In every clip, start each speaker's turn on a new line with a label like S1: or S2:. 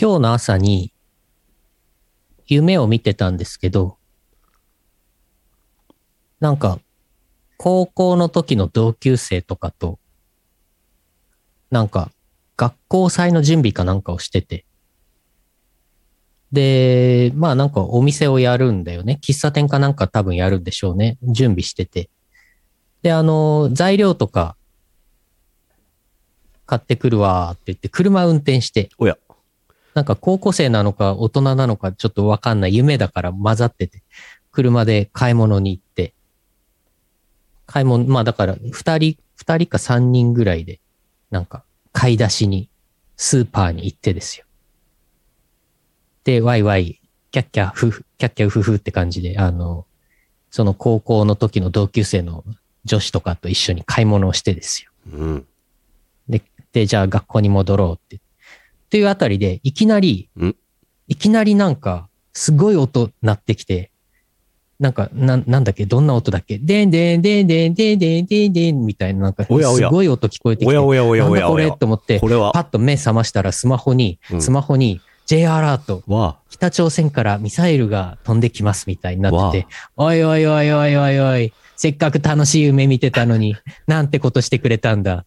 S1: 今日の朝に夢を見てたんですけど、なんか高校の時の同級生とかと、なんか学校祭の準備かなんかをしてて、で、まあなんかお店をやるんだよね。喫茶店かなんか多分やるんでしょうね。準備してて。で、あの、材料とか買ってくるわーって言って、車運転して、
S2: おや。
S1: なんか高校生なのか大人なのかちょっとわかんない夢だから混ざってて、車で買い物に行って、買い物、まあだから二人、二人か三人ぐらいで、なんか買い出しに、スーパーに行ってですよ。で、ワイワイ、キャッキャフフ、キャッキャウフフって感じで、あの、その高校の時の同級生の女子とかと一緒に買い物をしてですよ。
S2: うん。
S1: で、で、じゃあ学校に戻ろうって。っていうあたりで、いきなり
S2: ん、
S1: いきなりなんか、すごい音鳴ってきて、なんか、なん、なんだっけ、どんな音だっけ、でんでんでんでんでんでんでんでんみたいな、なんか、す
S2: おやおや
S1: ごい音聞こえてき
S2: お
S1: て、
S2: やおやおや
S1: なん
S2: お
S1: だ
S2: や
S1: こ
S2: お
S1: れ
S2: や
S1: と。思って
S2: こ、れは
S1: パ、ッと目覚ましたらスマホに
S2: う、ん
S1: スマホに J アラート、
S2: わ
S1: 北朝鮮からミサイルが飛んできますみたいになってて
S2: わ、
S1: おいおいおいおいおいおい、せっかく楽しい夢見てたのに、なんてことしてくれたんだっ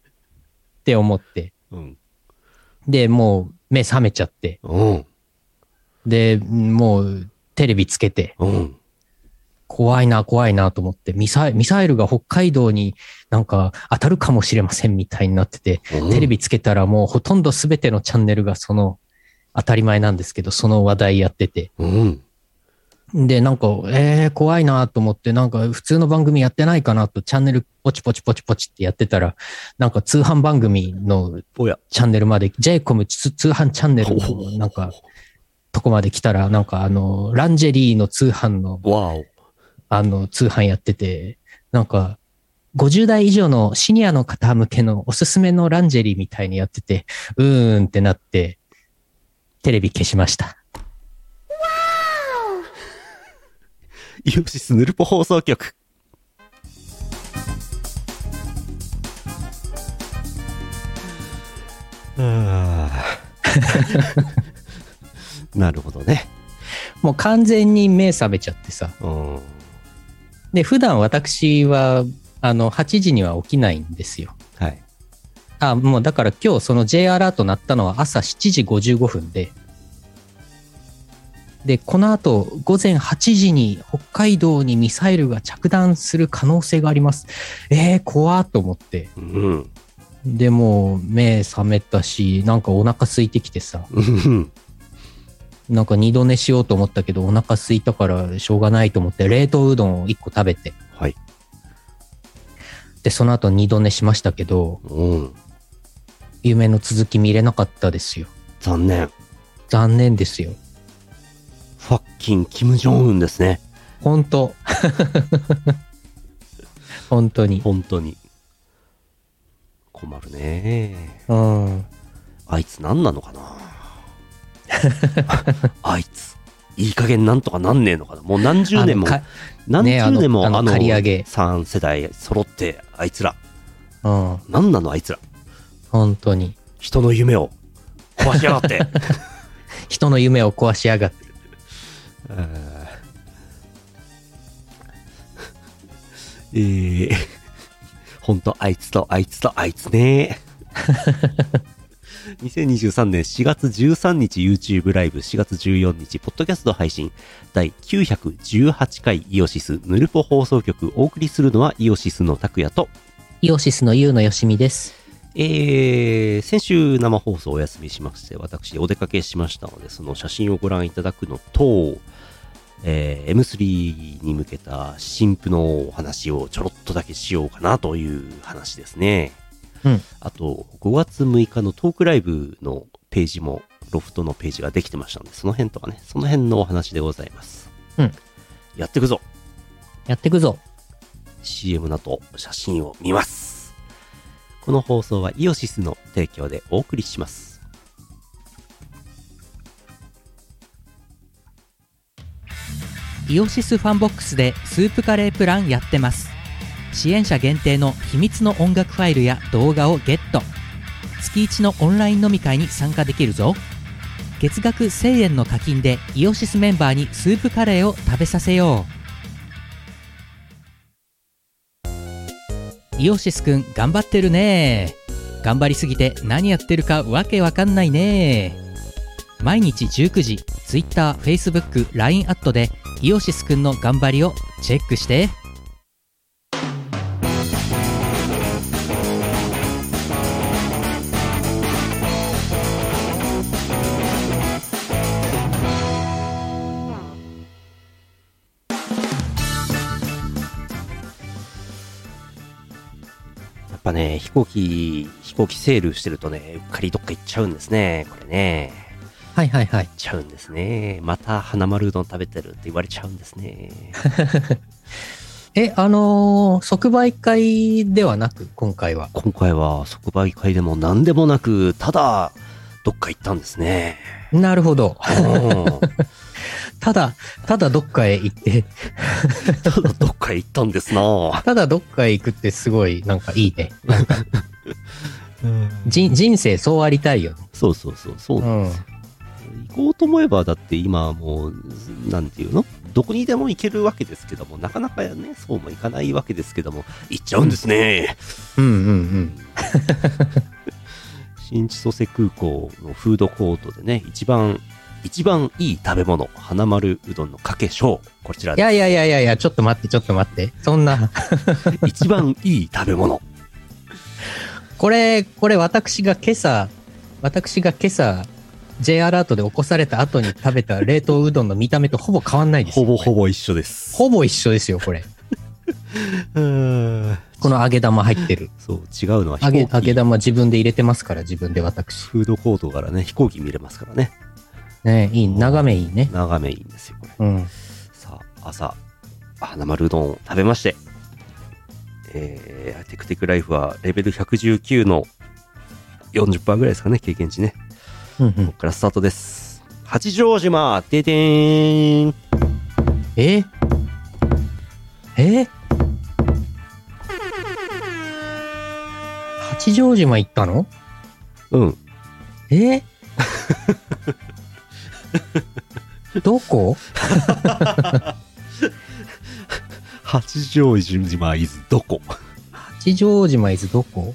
S1: て思って。
S2: うん。
S1: で、もう目覚めちゃって。
S2: うん。
S1: で、もうテレビつけて、
S2: うん。
S1: 怖いな怖いなと思って、ミサイミサイルが北海道になんか当たるかもしれませんみたいになってて、テレビつけたらもうほとんど全てのチャンネルがその、当たり前なんですけど、その話題やってて。
S2: うん。
S1: で、なんか、えー、怖いなと思って、なんか、普通の番組やってないかなと、チャンネルポチポチポチポチってやってたら、なんか、通販番組の
S2: おや。
S1: チャンネルまで、JCOM つ通販チャンネルの、なんか、とこまで来たら、なんか、あの、ランジェリーの通販の、
S2: わお。
S1: あの、通販やってて、なんか、50代以上のシニアの方向けのおすすめのランジェリーみたいにやってて、うーんってなって、テレビ消しました。
S2: イオシスヌルポ放送局。あーなるほどね。
S1: もう完全に目覚めちゃってさ、
S2: うん。は
S1: で普段私はあの8時には起きないんですよ
S2: い。
S1: あもうだから今日その J アラート鳴ったのは朝7時55分ででこの後午前8時に北海道にミサイルが着弾する可能性がありますえー、怖っと思って
S2: うん。
S1: でもう目覚めたしなんかお腹空いてきてさ
S2: うん。
S1: なんか二度寝しようと思ったけどお腹空いたからしょうがないと思って冷凍うどんを1個食べて
S2: はい。
S1: でその後二度寝しましたけど
S2: うん。
S1: 夢の続き見れなかったですよ。
S2: 残念。
S1: 残念ですよ。
S2: ファッキン、キム・ジョンウンですね。
S1: 本当 本当に。
S2: 本当に。困るね。
S1: うん。
S2: あいつ何なの かなあいつ。いい加減なんとかなんねえのかなもう何十年も
S1: あのか
S2: 何
S1: ねあの
S2: 十年も
S1: あの刈り上げ
S2: 3世代揃ってあいつら
S1: うん。
S2: 何なのあいつら
S1: 本当に。
S2: 人の夢を壊しやがって
S1: 人の夢を壊しやがって。
S2: えー えー、ほんとあいつとあいつとあいつね 2023年4月13日 YouTube ライブ4月14日ポッドキャスト配信第918回イオシスヌルポ放送局お送りするのはイオシスの拓也と
S1: イオシスのユウのよしみです。
S2: えー先週生放送お休みしまして、私お出かけしましたので、その写真をご覧いただくのと、えー M3 に向けた新婦のお話をちょろっとだけしようかなという話ですね。
S1: うん
S2: あと、5月6日のトークライブのページも、ロフトのページができてましたので、その辺とかね、その辺のお話でございます。
S1: うん
S2: やってくぞ
S1: やってくぞ。
S2: CM の後写真を見ますこの放送はイオシスの提供でお送りします
S3: イオシスファンボックスでスープカレープランやってます支援者限定の秘密の音楽ファイルや動画をゲット月一のオンライン飲み会に参加できるぞ月額1000円の課金でイオシスメンバーにスープカレーを食べさせようイオシスくん頑張ってるね頑張りすぎて何やってるかわけわかんないね毎日19時 TwitterFacebookLINE アットでイオシスくんの頑張りをチェックして
S2: やっぱね、飛行機、飛行機セールしてるとね、うっかりどっか行っちゃうんですね。これね。
S1: はいはいはい。
S2: 行っちゃうんですね。また花丸うどん食べてるって言われちゃうんですね。
S1: え、あのー即売会ではなく、今回は。
S2: 今回は即売会でも何でもなく、ただ、どっか行ったんですね。
S1: なるほど。
S2: うん
S1: ただ、ただどっかへ行って、
S2: ただどっか行ったんですな。
S1: ただどっかへ行くってすごい、なんかいいね。なんか人人生そうありたいよね。
S2: そうそうそう、そうう。
S1: ん。
S2: 行こうと思えば、だって今はもう、なんていうのどこにでも行けるわけですけども、なかなかね、そうもいかないわけですけども、行っちゃうんですね。
S1: うんうんうん。
S2: 新千歳空港のフードコートでね、一番、一番いい食べ物、花丸うどんのかけしょう。こちら
S1: い
S2: で
S1: やいやいやいやいや、ちょっと待って、ちょっと待って。そんな、
S2: す。一番いい食べ物。
S1: これ、これ私が今朝、私が今朝、J アラートで起こされた後に食べた冷凍うどんの見た目とほぼ変わんないです
S2: ほ
S1: よ。
S2: ぼ
S1: ぼ。
S2: ほぼ一緒です。
S1: ほぼ一緒ですよ、これ。
S2: うん
S1: この揚げ玉入 ってる。
S2: そう、違うのは
S1: 揚
S2: 飛
S1: げ、揚
S2: 行
S1: げ
S2: 機。
S1: 玉自分で入れてますから、自分で私。
S2: フードコートからね、飛行機見れますからね。
S1: ねいい、眺めいいね。
S2: 眺めいいんですよ、これ。
S1: うん。
S2: さあ、朝、花丸うどんを食べまして、えー、テクテクライフはレベル119の40%ぐらいですかね、経験値ね。
S1: うんう
S2: こ
S1: ん
S2: こ。からスタートです。八丈島、ででーん。
S1: ええ八丈島行ったの
S2: うん。
S1: え どこ
S2: 八丈島、伊豆、どこ
S1: 八丈島伊豆どこ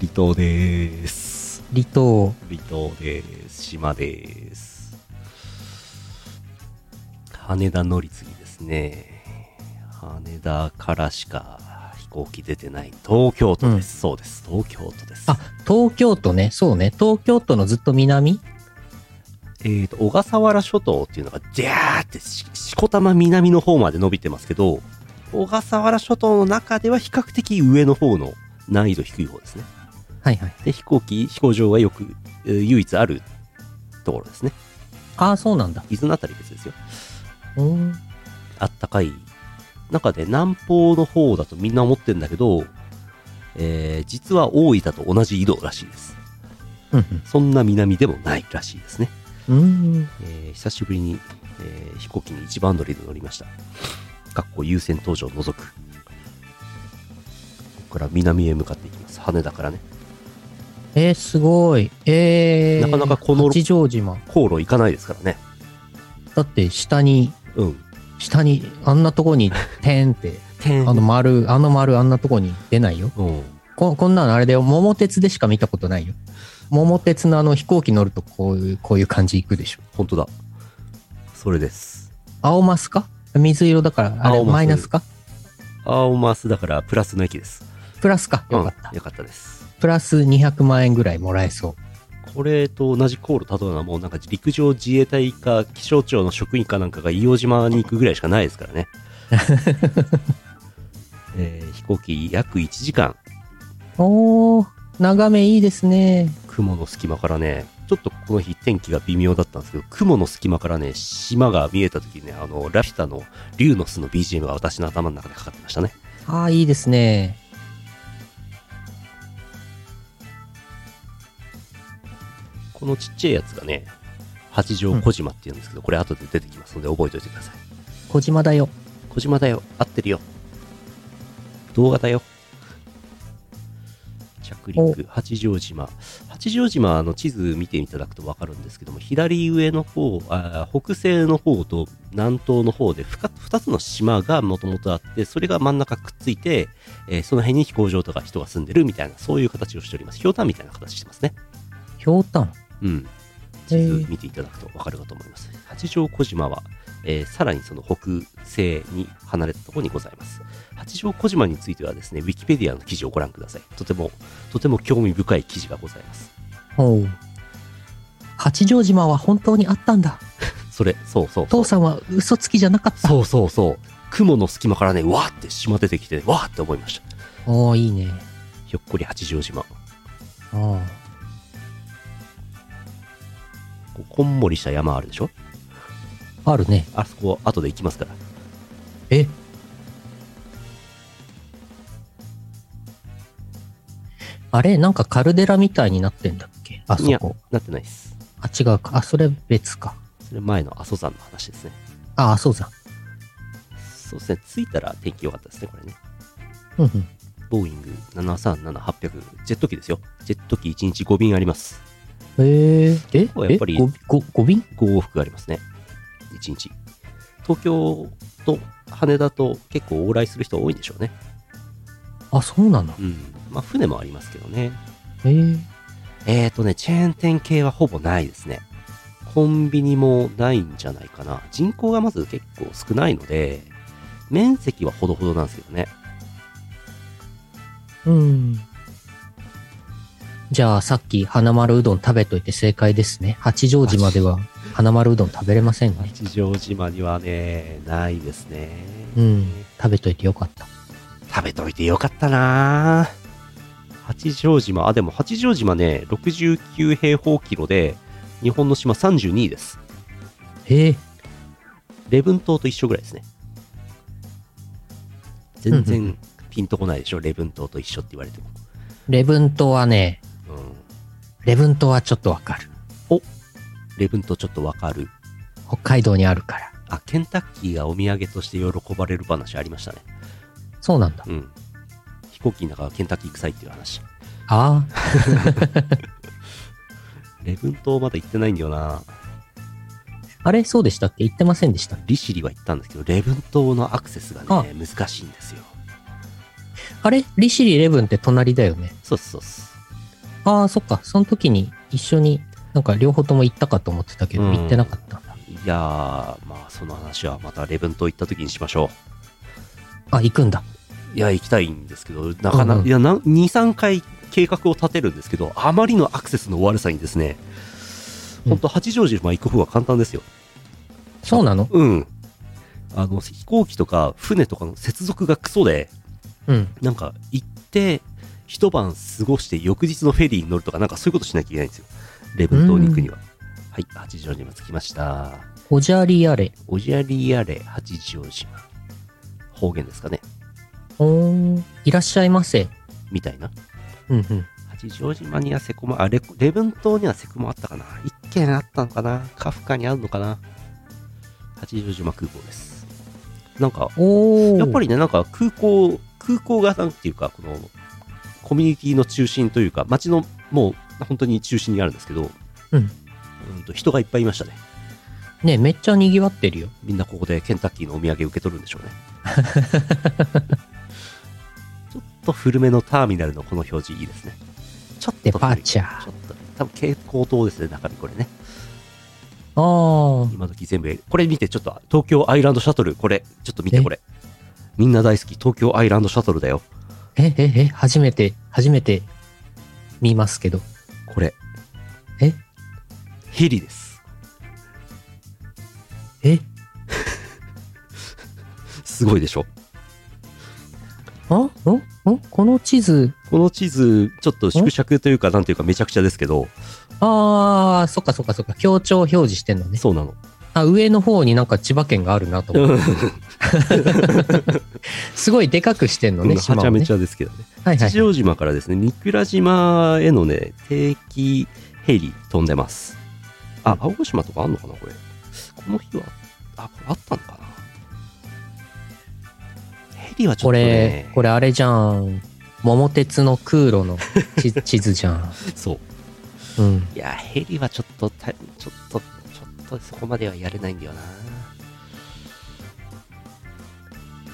S2: 離島でーす。
S1: 離島。
S2: 離島でーす。島でーす。羽田乗り継ぎですね。羽田からしか飛行機出てない。東京都です。そうです。東京都です。
S1: あ、東京都ね。そうね。東京都のずっと南
S2: えーと、小笠原諸島っていうのが、ジャーってし、しこたま南の方まで伸びてますけど、小笠原諸島の中では比較的上の方の難易度低い方ですね。
S1: はいはい。
S2: で、飛行機、飛行場はよく、えー唯一あるところですね。
S1: ああ、そうなんだ。
S2: 伊豆のあたり別ですよ。
S1: うん。
S2: あったかい。中で南方の方だとみんな思ってるんだけど、えー実は大分と同じ緯度らしいです。
S1: うん
S2: そんな南でもないらしいですね。
S1: うん。
S2: えー久しぶりに、えー飛行機に一番乗りで乗りました。かっこ優先搭乗を除く。ここから南へ向かっていきます。羽田からね。
S1: えー、すごい。えー、
S2: なかなかこの
S1: 八丈島。
S2: 航路行かないですからね。
S1: だって下に、
S2: うん。
S1: 下に、あんなとこ に、てんって、あの丸、あの丸、あんなとこに出ないよ。
S2: うん。
S1: ここんなのあれだよ。桃鉄でしか見たことないよ。桃鉄のあの飛行機乗るとこういう、こういう感じ行くでしょ。
S2: 本当だ。それです。
S1: 青マスか水色だから、あれ
S2: 青マス
S1: マイナスか
S2: 青マスだからプラスの駅です。
S1: プラスか。よかった。
S2: うん、よかったです。
S1: プラス200万円ぐらいもらえそう。
S2: これと同じ航路たどるのはもうなんか陸上自衛隊か気象庁の職員かなんかが硫黄島に行くぐらいしかないですからね。えー飛行機約1時間
S1: おー、眺めいいですね。
S2: 雲の隙間からね、ちょっとこの日天気が微妙だったんですけど、雲の隙間からね、島が見えた時にね、あの、ラピュタの竜の巣の BGM が私の頭の中でかかってましたね。
S1: あー、いいですね。
S2: このちっちゃいやつがね、八丈小島っていうんですけど、これ後で出てきますので覚えておいてください。
S1: 小島だよ。
S2: 小島だよ。合ってるよ。動画だよ。着
S1: お
S2: 陸、八丈島。八丈島の地図見ていただくと分かるんですけども、左上の方、あー北西の方と南東の方でふか2つの島がもともとあって、それが真ん中くっついて、えーその辺に飛行場とか人が住んでるみたいな、そういう形をしております。ひょうたんみたいな形してますね。
S1: ひょうたん。
S2: うん。地図見ていただくと分かるかと思います。八丈小島は、えーさらにその北西に離れたところにございます。八丈小島についてはですね、ウィキペディアの記事をご覧ください。とても、とても興味深い記事がございます。
S1: ほう。八丈島は本当にあったんだ。
S2: それ、そうそうそう。
S1: 父さんは嘘つきじゃなかった。
S2: そうそうそう。雲の隙間からね、わーって島出てきて、わーって思いました。
S1: おおいいね。
S2: ひょっこり八丈島。こ
S1: あ
S2: うこんもりした山あるでしょ
S1: あ。あるね。
S2: あそこ、後で行きますから。
S1: えあれなんかカルデラみたいになってんだっけあそ
S2: いや
S1: こ。
S2: なってないです。
S1: あ、違うか。あ、それ別か。
S2: それ前の阿蘇山の話ですね。
S1: あ、あそうじゃん。
S2: そうですね、着いたら天気良かったですね、これね。
S1: うんうん。
S2: ボーイング737-800、ジェット機ですよ。ジェット機1日5便あります。
S1: えー、え
S2: 構やっぱり
S1: えごごご便
S2: 5往復ありますね。1日。東京と羽田と結構往来する人多いんでしょうね。
S1: あ、そうなの
S2: うん。まあ、船もありますけどね。
S1: えー、
S2: えーとね、チェーン店系はほぼないですね。コンビニもないんじゃないかな。人口がまず結構少ないので、面積はほどほどなんですけどね。
S1: うん。じゃあ、さっき花丸うどん食べといて正解ですね。八丈島では花丸うどん食べれませんね。
S2: 八丈島にはね、ないですね。
S1: うん。食べといてよかった。
S2: 食べといてよかったな八丈島、あ、でも八丈島ね、69平方キロで、日本の島32位です。
S1: えー、
S2: 礼文島と一緒ぐらいですね。全
S1: うんう
S2: 然ピンとこないでしょ、礼文島と一緒って言われても。
S1: レブン島はね、
S2: うん
S1: レブン島はちょっとわかる。
S2: 礼文島ちょっとわかる。
S1: 北海道にあるから。
S2: あ、ケンタッキーがお土産として喜ばれる話ありましたね。
S1: そうなんだ。
S2: うん。飛行機の中はケンタッキー臭いっていう話。
S1: ああ、
S2: 礼文島まだ行ってないんだよな
S1: あれそうでしたっけ言ってませんでした。
S2: 利尻は行ったんですけど、礼文島のアクセスが
S1: あ
S2: ね、難しいんですよ。
S1: あれ利尻レブンって隣だよね。
S2: そうっすそうっす。
S1: ああ、そっか。その時に一緒に、なんか両方とも行ったかと思ってたけど、
S2: うん
S1: 行ってなかったんだ。
S2: いやー、まあその話はまた礼文島行った時にしましょ
S1: あ、行くんだ。
S2: う。いや、行きたいんですけど、な
S1: う
S2: かな
S1: ん
S2: か、
S1: うん
S2: いやなん、2、3回計画を立てるんですけど、あまりのアクセスの悪さにですね、
S1: うん
S2: ほんと八丈島行く方が簡単ですよ。
S1: そうなの
S2: うん。あの、飛行機とか船とかの接続がクソで、
S1: うん。
S2: なんか行って、一晩過ごして翌日のフェリーに乗るとか、なんかそういうことしなきゃいけないんですよ。礼文島に行くには。はい、八丈島着きました。
S1: おじゃりあれ。
S2: おじゃりやれ、八丈島。方言ですかね
S1: おーいらっしゃいませ。
S2: みたいな。
S1: うんうん。
S2: 八丈島にはセコマ、あ、レ礼文島にはセコマあったかな一軒あったのかなカフカにあるのかな八丈島空港です。なんか、
S1: おー
S2: やっぱりね、なんか空港、空港がなんていうか、この、コミュニティの中心というか、街のもう本当に中心にあるんですけど、
S1: うん
S2: うんと人がいっぱいいましたね。
S1: ね、めっちゃ賑わってるよ。
S2: みんなここでケンタッキーのお土産受け取るんでしょうね。 ちょっと古めのターミナルのこの表示いいですね。ちょっ
S1: デ
S2: と古い
S1: パーチャー
S2: ちょっとね多分蛍光灯ですね、中身これね。
S1: あー。
S2: 今時全部、これ見てちょっと東京アイランドシャトル、これ、ちょっと見て
S1: え
S2: これ。みんな大好き、東京アイランドシャトルだよ。
S1: え、え、え、初めて、初めて見ますけど。
S2: これ。
S1: え
S2: ヘリです。
S1: え
S2: すごいでしょ。
S1: あんんんこの地図。
S2: この地図、ちょっと縮尺というか、なんていうかめちゃくちゃですけど、
S1: あー、そっかそっかそっか。強調表示してんのね。
S2: そうなの。
S1: あ、上の方になんか千葉県があるなと思って。すごいでかくしてんの
S2: うん
S1: ね、
S2: は
S1: 島
S2: ち
S1: を
S2: ゃめ
S1: ね
S2: ち。ゃですけどね。
S1: はいは
S2: 八
S1: いはい。
S2: 丈島からですね、三倉島へのね、定期ヘリ飛んでます。あ、青ヶ島とかあんのかな、これ。この日は、あ、これあったのかな。ヘリはちょっ
S1: ことれ
S2: ね、、
S1: これあれじゃん。桃鉄の空路の地地図じゃん。
S2: そう。
S1: うん。
S2: いや、ヘリはちょっとた、ちょっと、ちょっとそこまではやれないんだよな。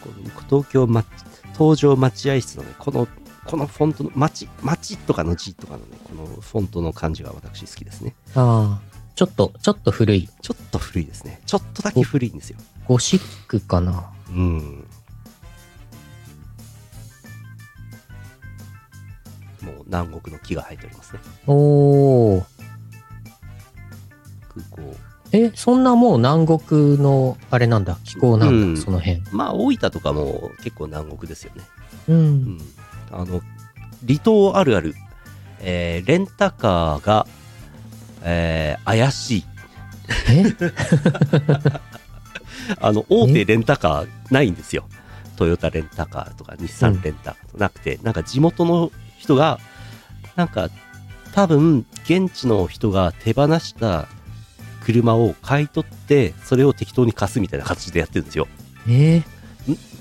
S2: この東京ま、東上待合室のね、この、このフォントの、待ち、待ちとかの字とかのね、このフォントの感じが私好きですね。
S1: ああ、ちょっと、ちょっと古い。
S2: ちょっと古いですね。ちょっとだけ古いんですよ。
S1: ゴシックかな。
S2: うん。もう南国の木が生えておりますね。
S1: おー。
S2: 空港。
S1: え、そんなもう南国の、あれなんだ、気候なんだ、
S2: うん
S1: その辺。
S2: まあ、大分とかも結構南国ですよね。
S1: う。
S2: うんん、あの離島あるある、えーレンタカーが、えー怪しい
S1: え
S2: あの大手レンタカーないんですよトヨタレンタカーとか日産レンタカーとかなくて、なんか地元の人がなんか多分現地の人が手放した車を買い取ってそれを適当に貸すみたいな形でやってるんですよ
S1: え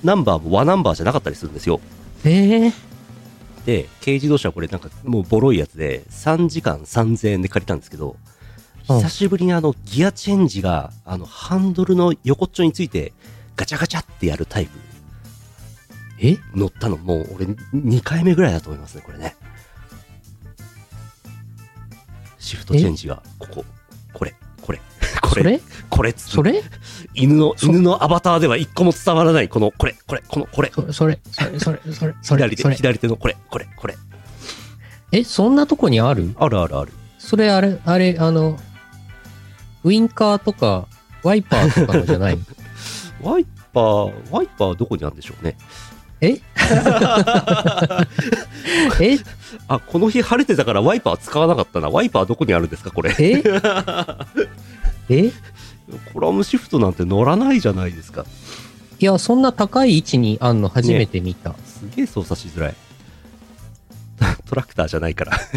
S2: ナンバーも和ナンバーじゃなかったりするんですよ
S1: ええ
S2: で軽自動車はこれなんかもうボロいやつで3時間3000円で借りたんですけど
S1: うん
S2: 久しぶりにあのギアチェンジがあのハンドルの横っちょについてガチャガチャってやるタイプ
S1: え
S2: 乗ったのもう俺2回目ぐらいだと思いますねこれねシフトチェンジがこここれこれこ
S1: そ
S2: れ
S1: れ
S2: これ
S1: それ
S2: 犬の
S1: そ
S2: 犬のアバターでは一個も伝わらないこのこれこれこのこれ
S1: そそれそれそれそれそれ
S2: 左
S1: そ
S2: 手
S1: れ
S2: 左手のこれこれこれ
S1: え、そんなとこにある
S2: あるあるある
S1: それあれ、あれ、あの、ウインカーとか、ワイパーとかのじゃないの
S2: ワイパー、ワイパーどこにあるんでしょうね。
S1: ええ
S2: あ、この日晴れてたからワイパー使わなかったな。ワイパーどこにあるんですか、これ。
S1: え え
S2: コラムシフトなんて乗らないじゃないですか。
S1: いや、そんな高い位置にあんの初めて見た。
S2: すげえ操作しづらい。 トラクターじゃないから。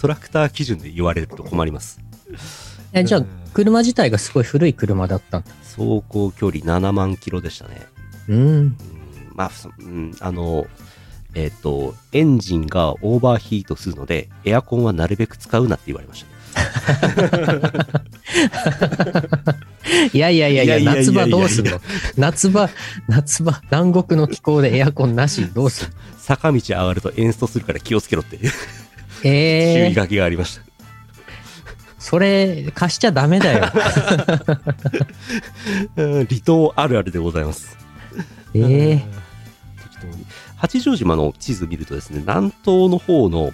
S2: トラクター基準で言われると困ります。
S1: え、じゃ
S2: う
S1: あ
S2: ん、
S1: 車自体がすごい古い車だったんだ。
S2: 走行距離7万キロでしたね。
S1: うん。
S2: うんまあ、そうん、あの、えっ、と、エンジンがオーバーヒートするので、エアコンはなるべく使うなって言われました。
S1: いやいやいやいや、
S2: いやいやい
S1: 夏
S2: や
S1: 場
S2: いや
S1: どうすんの夏場、夏場、南国の気候でエアコンなし、どうすんの
S2: 坂道上がるとエンストするから気をつけろっていう注
S1: え
S2: 意
S1: ー、
S2: 書きがありました。
S1: それ、貸しちゃダメだ よ。
S2: うん 離島あるあるでございます。
S1: え
S2: うん
S1: ー
S2: 適、当に。 八丈島の地図見るとですね、南東の方の、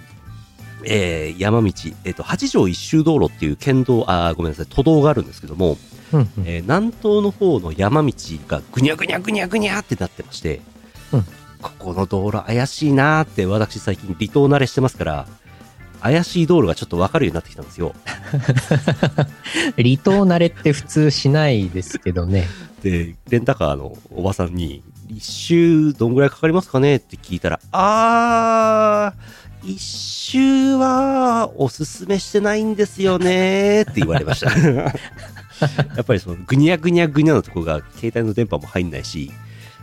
S2: えー山道、えっ、と、八丈一周道路っていう県道、あーごめんなさい、都道があるんですけども、
S1: うんうん
S2: えー南東の方の山道がぐにゃぐにゃぐにゃぐにゃってなってまして、
S1: うん
S2: ここの道路怪しいなーって私最近離島慣れしてますから、怪しい道路がちょっとわかるようになってきたんですよ。
S1: 離島慣れって普通しないですけどね。
S2: で、レンタカーのおばさんに、一周どんぐらいかかりますかねって聞いたら、あー、一周はおすすめしてないんですよねって言われま した。やっぱりそのぐにゃぐにゃぐにゃのとこが携帯の電波も入んないし、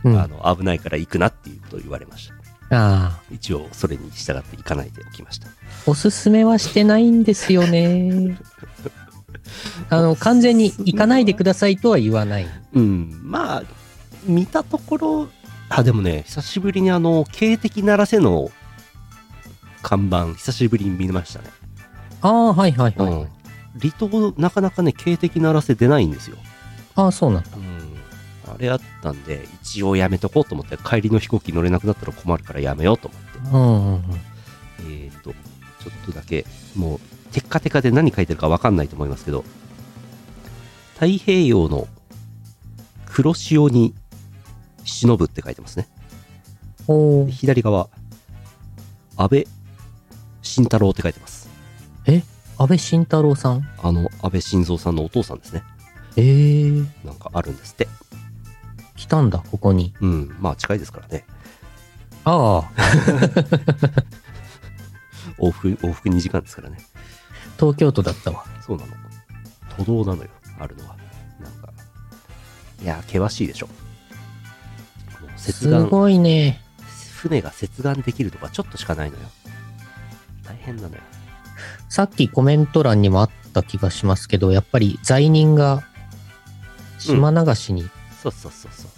S1: うん、
S2: あ
S1: あ
S2: の危ないから行くなっていうことを言われました。
S1: あ
S2: 一応それに従って行かないでおきました。
S1: おすすめはしてないんですよね。あの、完全に行かないでくださいとは言わない。
S2: うん、まあ、見たところ、あ、でもね、久しぶりにあの、警笛鳴らせの看板、久しぶりに見ましたね。
S1: ああ、はいはいはい。
S2: うん。離島、なかなかね、警笛鳴らせ出ないんですよ。
S1: ああ、そうなんだ。
S2: うん。あれあったんで、一応やめとこうと思って、帰りの飛行機乗れなくなったら困るからやめようと思って。
S1: うんうんうん。
S2: えっ、と、ちょっとだけ、もう、テッカテカで何書いてるかわかんないと思いますけど、太平洋の黒潮に忍ぶって書いてますね。
S1: お
S2: で
S1: ー
S2: 左側、安倍晋太郎って書いてます。
S1: 安倍晋太郎さん
S2: あの、安倍晋三さんのお父さんですね。
S1: ええー、
S2: なんかあるんですって。
S1: 来たんだ、ここに。
S2: うん、まあ近いですからね。
S1: ああ。
S2: 往復、往復2時間ですからね。
S1: 東京都だったわ。
S2: そうなの。都道なのよ、あるのは。なんか、いや、険しいでしょ。もう切
S1: す
S2: 断
S1: ごいね。
S2: 船が接岸できるとかちょっとしかないのよ。太変なのよ。
S1: さっきコメント欄にもあった気がしますけど、やっぱり罪人が島流しに、
S2: そうそうそうそう。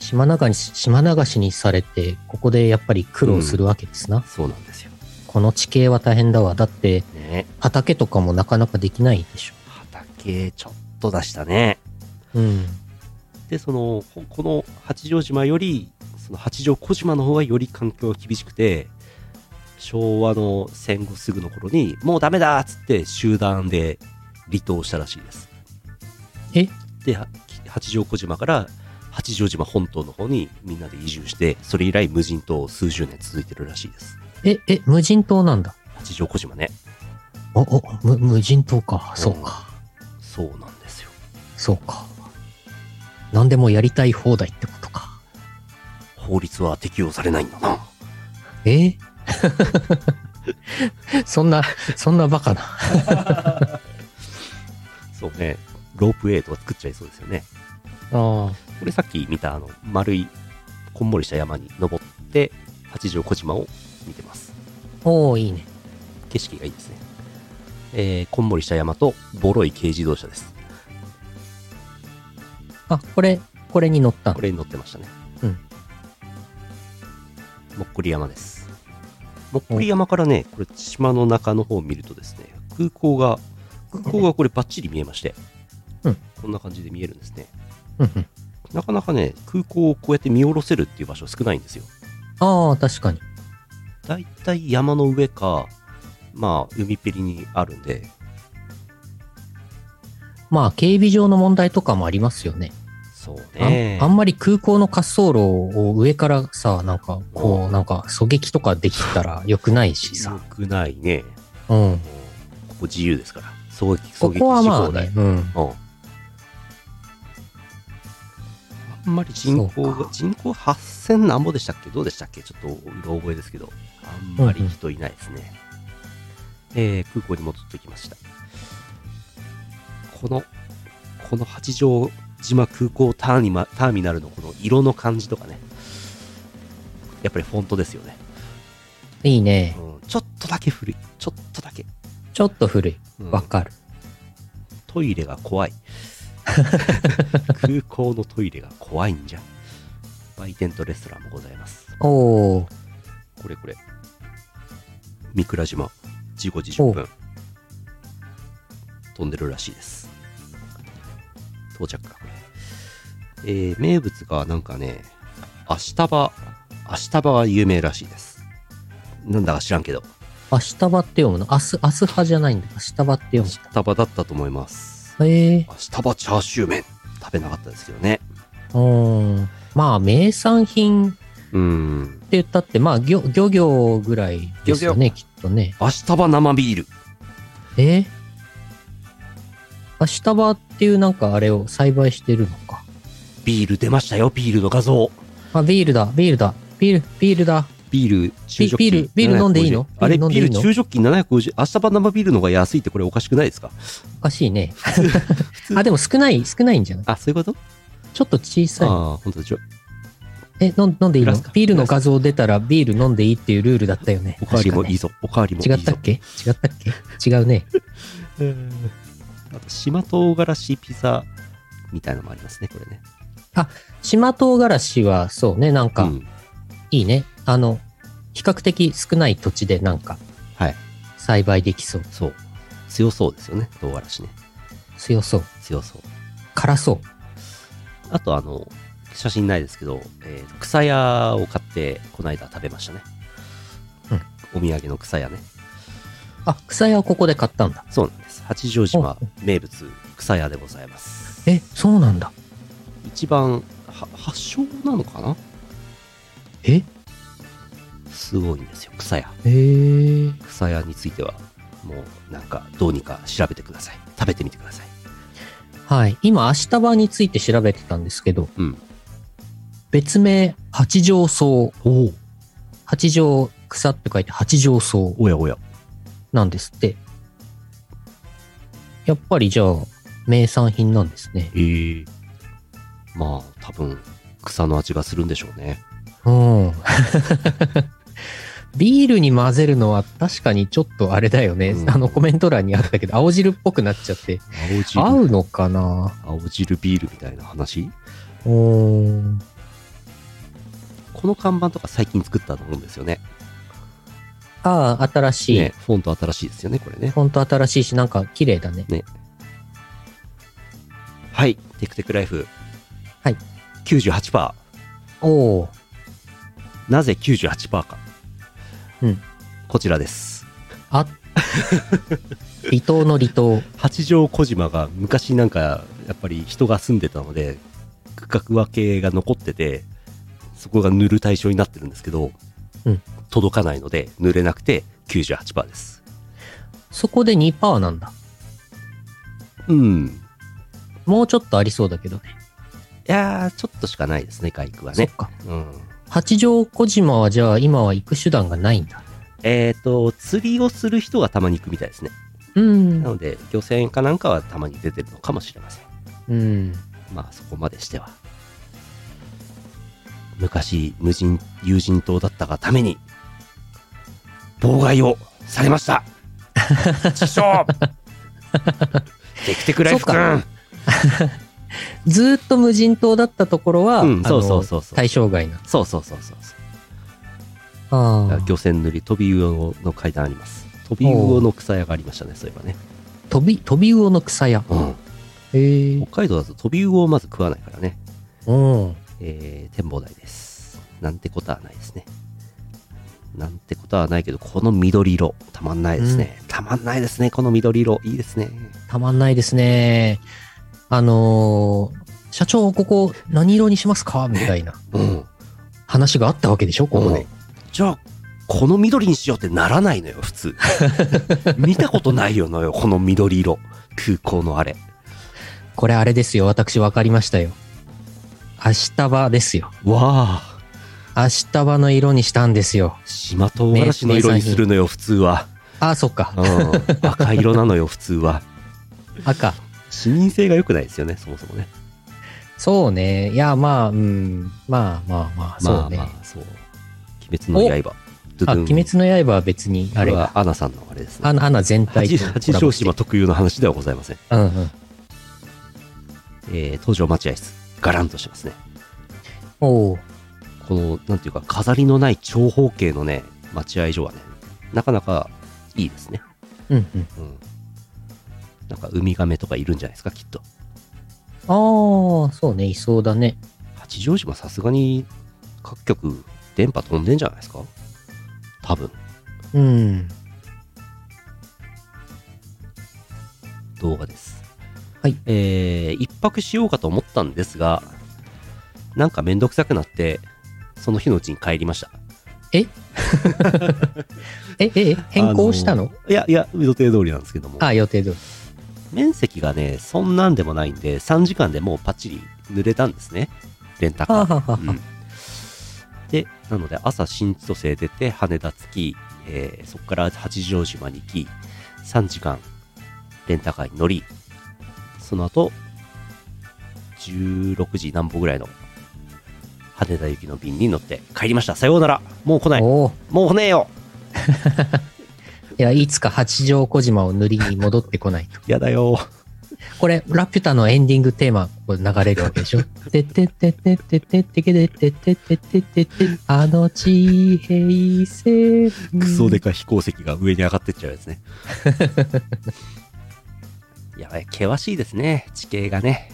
S1: 島流し、島流しにされて、ここでやっぱり苦労するわけですな。
S2: そうなんですよ。
S1: この地形は大変だわ。だって、
S2: ね
S1: 畑とかもなかなかできないでしょ。
S2: 畑、ちょっと出したね。
S1: うん。
S2: で、その、ここの八丈島より、その八丈小島の方がより環境が厳しくて、昭和の戦後すぐの頃に、もうダメだっつって集団で離島したらしいです。
S1: え
S2: で、は八丈小島から八丈島本島の方にみんなで移住して、それ以来無人島数十年続いてるらしいです。
S1: え、え、無人島なんだ。
S2: 八丈小島ね。
S1: お、お、無無人島か。そうか。
S2: そうなんですよ。
S1: そうか。何でもやりたい放題ってことか。
S2: 法律は適用されないんだな。
S1: え そんな、そんなバカな。
S2: そうね。ロープウェイとか作っちゃいそうですよね。
S1: ああ。
S2: これさっき見たあの丸いこんもりした山に登って八丈小島を見てます
S1: おおいいね。
S2: 景色がいいですねえー、こんもりした山とボロい軽自動車です
S1: あ、これ、これに乗った
S2: これに乗ってましたね
S1: うん
S2: もっこり山ですもっこり山からねこれ島の中の方を見るとですね空港が空港がこれバッチリ見えまして、
S1: うん
S2: こんな感じで見えるんですね
S1: うんうん。
S2: なかなかね空港をこうやって見下ろせるっていう場所少ないんですよ
S1: ああ、確かに。
S2: 大体山の上か、まあ、海ぺりにあるんで、
S1: まあ、警備上の問題とかもありますよね。
S2: そう
S1: あん
S2: ね。
S1: あんまり空港の滑走路を上からさ、なんか、こ
S2: う
S1: う、
S2: ん
S1: なんか、狙撃とかできたら良くないしさ
S2: よ。くないね。
S1: うん。
S2: もうここ自由ですから。狙撃、
S1: こ
S2: 狙撃
S1: こは
S2: し
S1: まあ
S2: 放題
S1: ね、。うん。
S2: うん。あんまり人口
S1: そう
S2: が
S1: か、
S2: 人口8000なんぼでしたっけどうでしたっけちょっと、うろ覚えですけど、あんまり人いないですね。えー、空港に戻ってきました。この、この八丈島空港ターミナターミナルのこの色の感じとかね、やっぱりフォントですよね。
S1: いいね。
S2: うん、ちょっとだけ古い。ちょっとだけ。
S1: ちょっと古い。
S2: うん
S1: わかる。
S2: トイレが怖い空港のトイレが怖いんじゃ売店とレストランもございます
S1: おー。
S2: これこれ三倉島15時10分飛んでるらしいです到着かこれえー、名物がなんかね明日葉明日葉が有名らしいですなんだか知らんけど
S1: 明日葉って読むの明日、明日葉じゃないんだ。明日葉って読
S2: 明
S1: む
S2: 日葉だったと思います
S1: の。へえ
S2: 明日葉チャーシュー麺食べなかったですけどね
S1: ー。うん。まあ、名産品って
S2: うん
S1: 言ったって、まあ、漁、漁業ぐらいですよね、きっとね。
S2: 明日は生ビール。
S1: えー明日葉っていうなんかあれを栽培してるのか。
S2: ビール出ましたよ、ビールの画像。
S1: あ、ビールだ、ビールだ、ビール、ビールだ。
S2: ビール、中ジョッキ
S1: ビールビール飲んでいいの
S2: 750あれ、
S1: ビ
S2: ビ
S1: ール飲んでいい
S2: ール、
S1: の
S2: 中ジョッキ750。明日は生ビールの方が安いってこれおかしくないですか
S1: おかしいね。
S2: 通
S1: あ、でも少ない、少ないんじゃない
S2: あ、そういうこと
S1: ちょっと小
S2: あ
S1: さ
S2: あ、本当でしょ。
S1: い。え、飲ん飲んでいいの
S2: グラスか
S1: ビールの画像出たらビール飲んでいいっていうルールだったよね。
S2: おかわりもいい
S1: 確
S2: ぞ。おかわりもいい
S1: か
S2: ぞ。
S1: ね違ったっけ違ったっけ違うね。
S2: うんあと、島唐辛子ピザみたいなのもありますね、これね。
S1: 島唐辛子はそうね、なんか、
S2: うん。
S1: いいね。あの、比較的少ない土地でなんか
S2: はい。
S1: 栽培できそう。
S2: そう。強そうですよね、唐辛子ね。
S1: 強そう。
S2: 強そう。
S1: 辛そう。
S2: あと、あの、写真ないですけど、えー草屋を買って、この間食べましたね。お土産の草屋ね。
S1: あ、草屋をここで買ったんだ。
S2: そうなんです。八丈島
S1: お
S2: 名物、草屋でございます。
S1: え、そうなんだ。
S2: 一番は発祥なのかな
S1: えへ
S2: すごいんですよ、草屋。
S1: え。
S2: 草屋については、もうなんかどうにか調べてください。食べてみてください。
S1: はい。今、明日場について調べてたんですけど、
S2: うん
S1: 別名、八条草。
S2: おお
S1: 八条草って書いて八条草
S2: おやおや。
S1: なんですって。やっぱりじゃあ、名産品なんですね。
S2: えー、まあ、多分、草の味がするんでしょうね。
S1: うん。 ビールに混ぜるのは確かにちょっとあれだよね。
S2: うん
S1: あのコメント欄にあったけど、青汁っぽくなっちゃって。
S2: 青汁
S1: 合うのかな
S2: 青汁ビールみたいな話
S1: うーん。
S2: この看板とか最近作ったと思うんですよね。
S1: ああ、新しい。
S2: ねフォント新しいですよね、これね。
S1: ほんと新しいし、なんか綺麗だね。
S2: はい。テクテクライフ。
S1: はい。
S2: 98%。
S1: おお。
S2: なぜ98%か。
S1: うん。
S2: こちらです。
S1: あ 離島の離島。
S2: 八丈小島が昔なんか、やっぱり人が住んでたので、区画分けが残ってて、そこが塗る対象になってるんですけど、
S1: うん
S2: 届かないので、塗れなくて98%です。
S1: そこで2%なんだ。
S2: うん。い
S1: もうちょっとありそうだけどね。
S2: やー、ちょっとしかないですね、回復は
S1: そ
S2: ね
S1: っ。か。
S2: うん。
S1: 八丈小島はじゃあ今は行く手段がないんだ。
S2: えっ、と、釣りをする人がたまに行くみたいですね。
S1: うん
S2: な。ので、漁船かなんかはたまに出てるのかもしれません。
S1: うん。
S2: まあ、そこまでしては。昔、無人、友人島だったがために、妨害をされました。 師匠 テクテクライフ
S1: そう
S2: 君
S1: か ずーっと無人島だったところは、
S2: うん
S1: あの
S2: そうそうそうそう
S1: 対象外な。
S2: そうそうそうそうそう。
S1: ああ。
S2: 漁船塗り、飛び魚の階段あります。飛び魚の草屋がありましたね、そういえばね。
S1: 飛び、飛び魚の草屋。
S2: うん。
S1: へえ。
S2: 北海道だと飛び魚をまず食わないからね。
S1: うん。
S2: えー展望台です。なんてことはないですね。なんてことはないけど、この緑色、たまんないですね。たまんないですね、この緑色。いいですね。
S1: たまんないですね。あのー社長、ここ何色にしますかみた いな
S2: うん。
S1: 話があったわけでしょここで。
S2: じゃあ、この緑にしようってならないのよ、普 通。見たことないよのよ、この緑色。空港のあれ。
S1: これあれですよ。私分かりましたよ。明日場ですよ。
S2: わあ、
S1: 明日場の色にしたんですよ。
S2: 島唐辛子の色にするのよ、普通は。
S1: ああ、そっか
S2: う。ん。赤色なのよ、普通は。
S1: 赤。
S2: 視認性が良くないですよね、そもそもね。
S1: そうね。いや、まあ、うん。まあまあまあ、そうね。
S2: まあまあ、そう。鬼滅の刃。ドゥド
S1: あ、
S2: ゥン
S1: 鬼滅の刃は別に、あ
S2: あれ
S1: れ、
S2: はアナさんのあれです
S1: ア
S2: ね。
S1: ナアナ全体
S2: 八
S1: とコ
S2: 八
S1: ラボ
S2: 丈
S1: して
S2: 島特有の話ではございません。
S1: うんうん。
S2: えー、東条待合室、ガランとしてますね。
S1: おう
S2: この、なんていうか、飾りのない長方形のね、待合所はね、なかなかいいですね。
S1: うんうん。
S2: うん。なんか、ウミガメとかいるんじゃないですか、きっと。
S1: ああ、そうね。いそうだね。
S2: 八丈島、さすがに、各局、電波飛んでんじゃないですか多分、
S1: うん。
S2: 動画です。
S1: はい。
S2: えー、一泊しようかと思ったんですが、なんかめんどくさくなって、その日のうちに帰りました。
S1: え、え、え変更したの
S2: いやいや予定通りなんですけども
S1: あ予定通り。
S2: 面積がねそんなんでもないんで3時間でもうパッチリ濡れたんですねレンタカ
S1: はあ、
S2: ー
S1: はあはあ
S2: うんでなので朝新千歳出て羽田着き、えーそこから八丈島に行き3時間レンタカーに乗りその後16時何歩ぐらいの羽田行きの便に乗って帰りましたさようならもう来ない
S1: おお。
S2: もう来ねえよ
S1: いや、いつか八丈小島を塗りに戻ってこないと。
S2: やだよ
S1: これ、ラピュタのエンディングテーマ、ここで流れるわけでしょ。てててててててけでてててててて、あの地平線。
S2: クソデカ飛行石が上に上がってっちゃうやつね。 やばい、険しいですね、地形がね。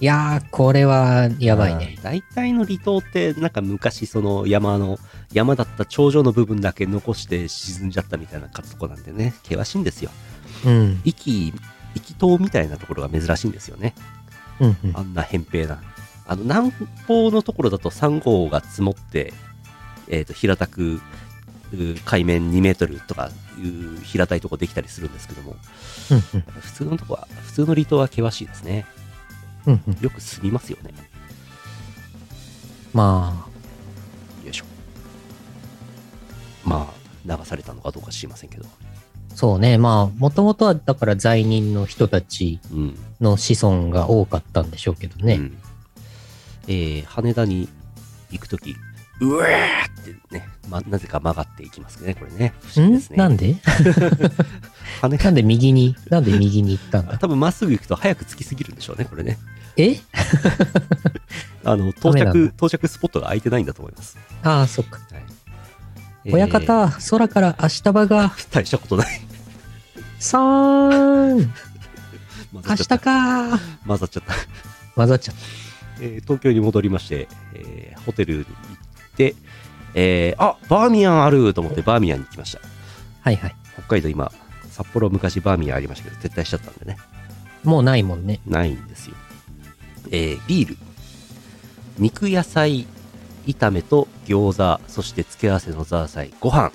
S1: いやー、これは、やばいね。
S2: あー。大体の離島って、なんか昔、その山の、山だった頂上の部分だけ残して沈んじゃったみたいなとこなんでね、険しいんですよ。
S1: うん。
S2: 壱岐、壱岐島みたいなところが珍しいんですよね。
S1: うん、うん。
S2: あんな扁平な。あの、南方のところだとサンゴが積もって、えっ、と、平たく、うー海面2メートルとかいう平たいとこできたりするんですけども、
S1: うんうん
S2: 普通のとこは、普通の離島は険しいですね。
S1: うんうん
S2: よく住みますよね。
S1: ま
S2: よいしょ。まあ、流されたのかどうか知りませんけど。
S1: あ、そうね。まあ、もともとは、だから罪人の人たち
S2: うん。
S1: の子孫が多かったんでしょうけどね。
S2: うんえー羽田に行くとき、うわーってね、ま、なぜか曲がっていきますね、これね。不思議です
S1: ん
S2: ね。
S1: なんで
S2: 羽
S1: な
S2: が
S1: んで右に、なんで右に行ったんだ
S2: 多分まっすぐ行くと早く着きすぎるんでしょうね、これね。
S1: え
S2: あの、到
S1: ダメなん
S2: 着
S1: だ、
S2: 到着スポットが空いてないんだと思います。
S1: ああ、そっか。
S2: えー
S1: 親方、空から明日場が、
S2: 大したことない。
S1: さーん、明
S2: 混ざっちゃ
S1: 日
S2: った。
S1: かー。
S2: 混ざっちゃった。
S1: 混ざっちゃった。
S2: えー東京に戻りまして、えーホテルに行って、えーあバーミヤンあると思ってバーミヤンに来ました。
S1: はいはい。
S2: 北海道今、札幌昔バーミヤンありましたけど、撤退しちゃったんでね、
S1: もうないもんね。
S2: ないんですよ。えービール、肉野菜炒めと餃子、そして付け合わせのザーサイ、ご飯。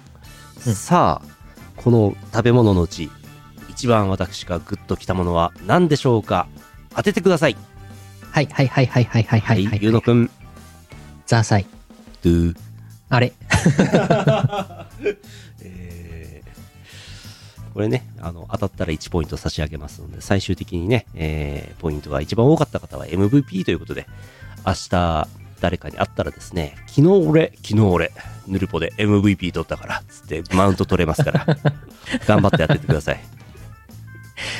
S1: うん
S2: さあ、この食べ物のうち、一番私がグッときたものは何でしょうか当ててください。
S1: はいはいはいはいはいはいは
S2: はいい、
S1: は
S2: ゆう
S1: い。
S2: のくん、
S1: ザーサイ。
S2: ドゥ
S1: あれ
S2: えーこれねあの当たったら1ポイント差し上げますので最終的にね、えーポイントが一番多かった方は MVP ということで明日誰かに会ったらですね昨日俺昨日俺ヌルポで MVP 取ったからつってマウント取れますから 頑張ってやってってください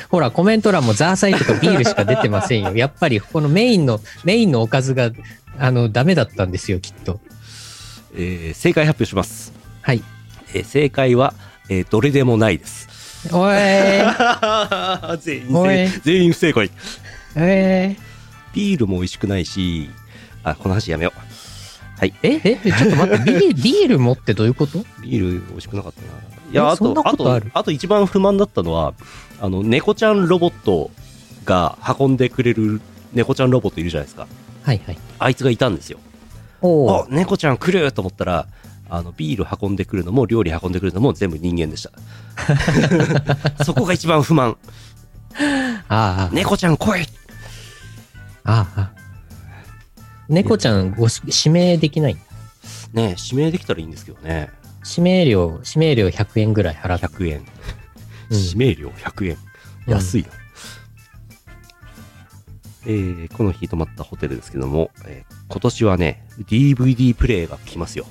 S1: ほら、コメント欄もザーサイとかビールしか出てませんよ。 やっぱり、このメインの、メインのおかずが、あの、ダメだったんですよ、きっと。
S2: えー正解発表します、
S1: はい。
S2: えー正解は、えーどれでもないです
S1: おえ ー、
S2: 全員
S1: おい
S2: 正全員不正解
S1: えー、
S2: ビールも美味しくないしあこの話やめようはい
S1: え、え、ちょっと待って、ビール、ビール持ってどういうこと
S2: ビール美味しくなかったな。い
S1: え
S2: や、あ
S1: そん
S2: と、
S1: な
S2: あ
S1: こと
S2: と、
S1: あ
S2: あ
S1: る
S2: と一番不満だったのは、あの、猫ちゃんロボットが運んでくれる猫ちゃんロボットいるじゃないですか。
S1: はいはい。
S2: あいつがいたんですよ。
S1: お
S2: あ
S1: お、
S2: 猫ちゃん来ると思ったら、あの、ビール運んでくるのも、料理運んでくるのも全部人間 でした。 そこが一番不満。
S1: あー
S2: 猫ちゃん来い
S1: あー、あー猫ちゃんごし、指名できない。
S2: ねえ指名できたらいいんですけどね。
S1: 指名料、指名料100円ぐらい払って。
S2: 100円。
S1: うん
S2: 指名料100円。
S1: うん
S2: 安いな。えーこの日泊まったホテルですけども、えー今年はね、DVD プレイヤーが来ますよ。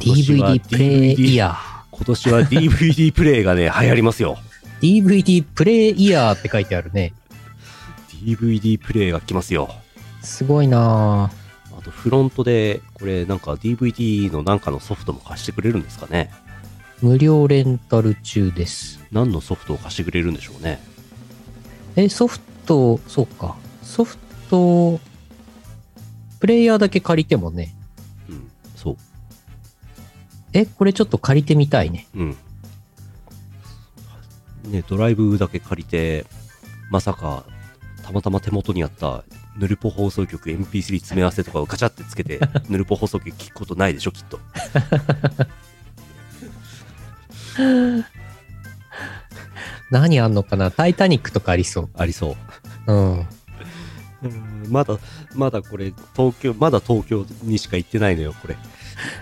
S2: 今年は
S1: DVD プレイ
S2: DVD
S1: ヤー。
S2: 今年は DVD プレイがね、流行りますよ。
S1: DVD プレイヤーって書いてあるね。
S2: DVD プレイが来ますよ。
S1: すごいなぁ。
S2: あと、フロントで、これ、なんか DVD のなんかのソフトも貸してくれるんですかね。
S1: 無料レンタル中です。
S2: 何のソフトを貸してくれるんでしょうね。
S1: え、ソフト、そうか。ソフト、プレイヤーだけ借りてもね。
S2: うん、そう。
S1: え、これちょっと借りてみたいね。
S2: うん。ね、ドライブだけ借りて、まさか、たまたま手元にあった、ヌルポ放送局 MP3 詰め合わせとかをガチャってつ けて、ヌルポ放送局聞くことないでしょ、きっと。
S1: 何あんのかなタイタニックとかありそ。
S2: ありそ
S1: う
S2: う
S1: ん。
S2: う。まだ、まだこれ、東京、まだ東京にしか行ってないのよ、これ。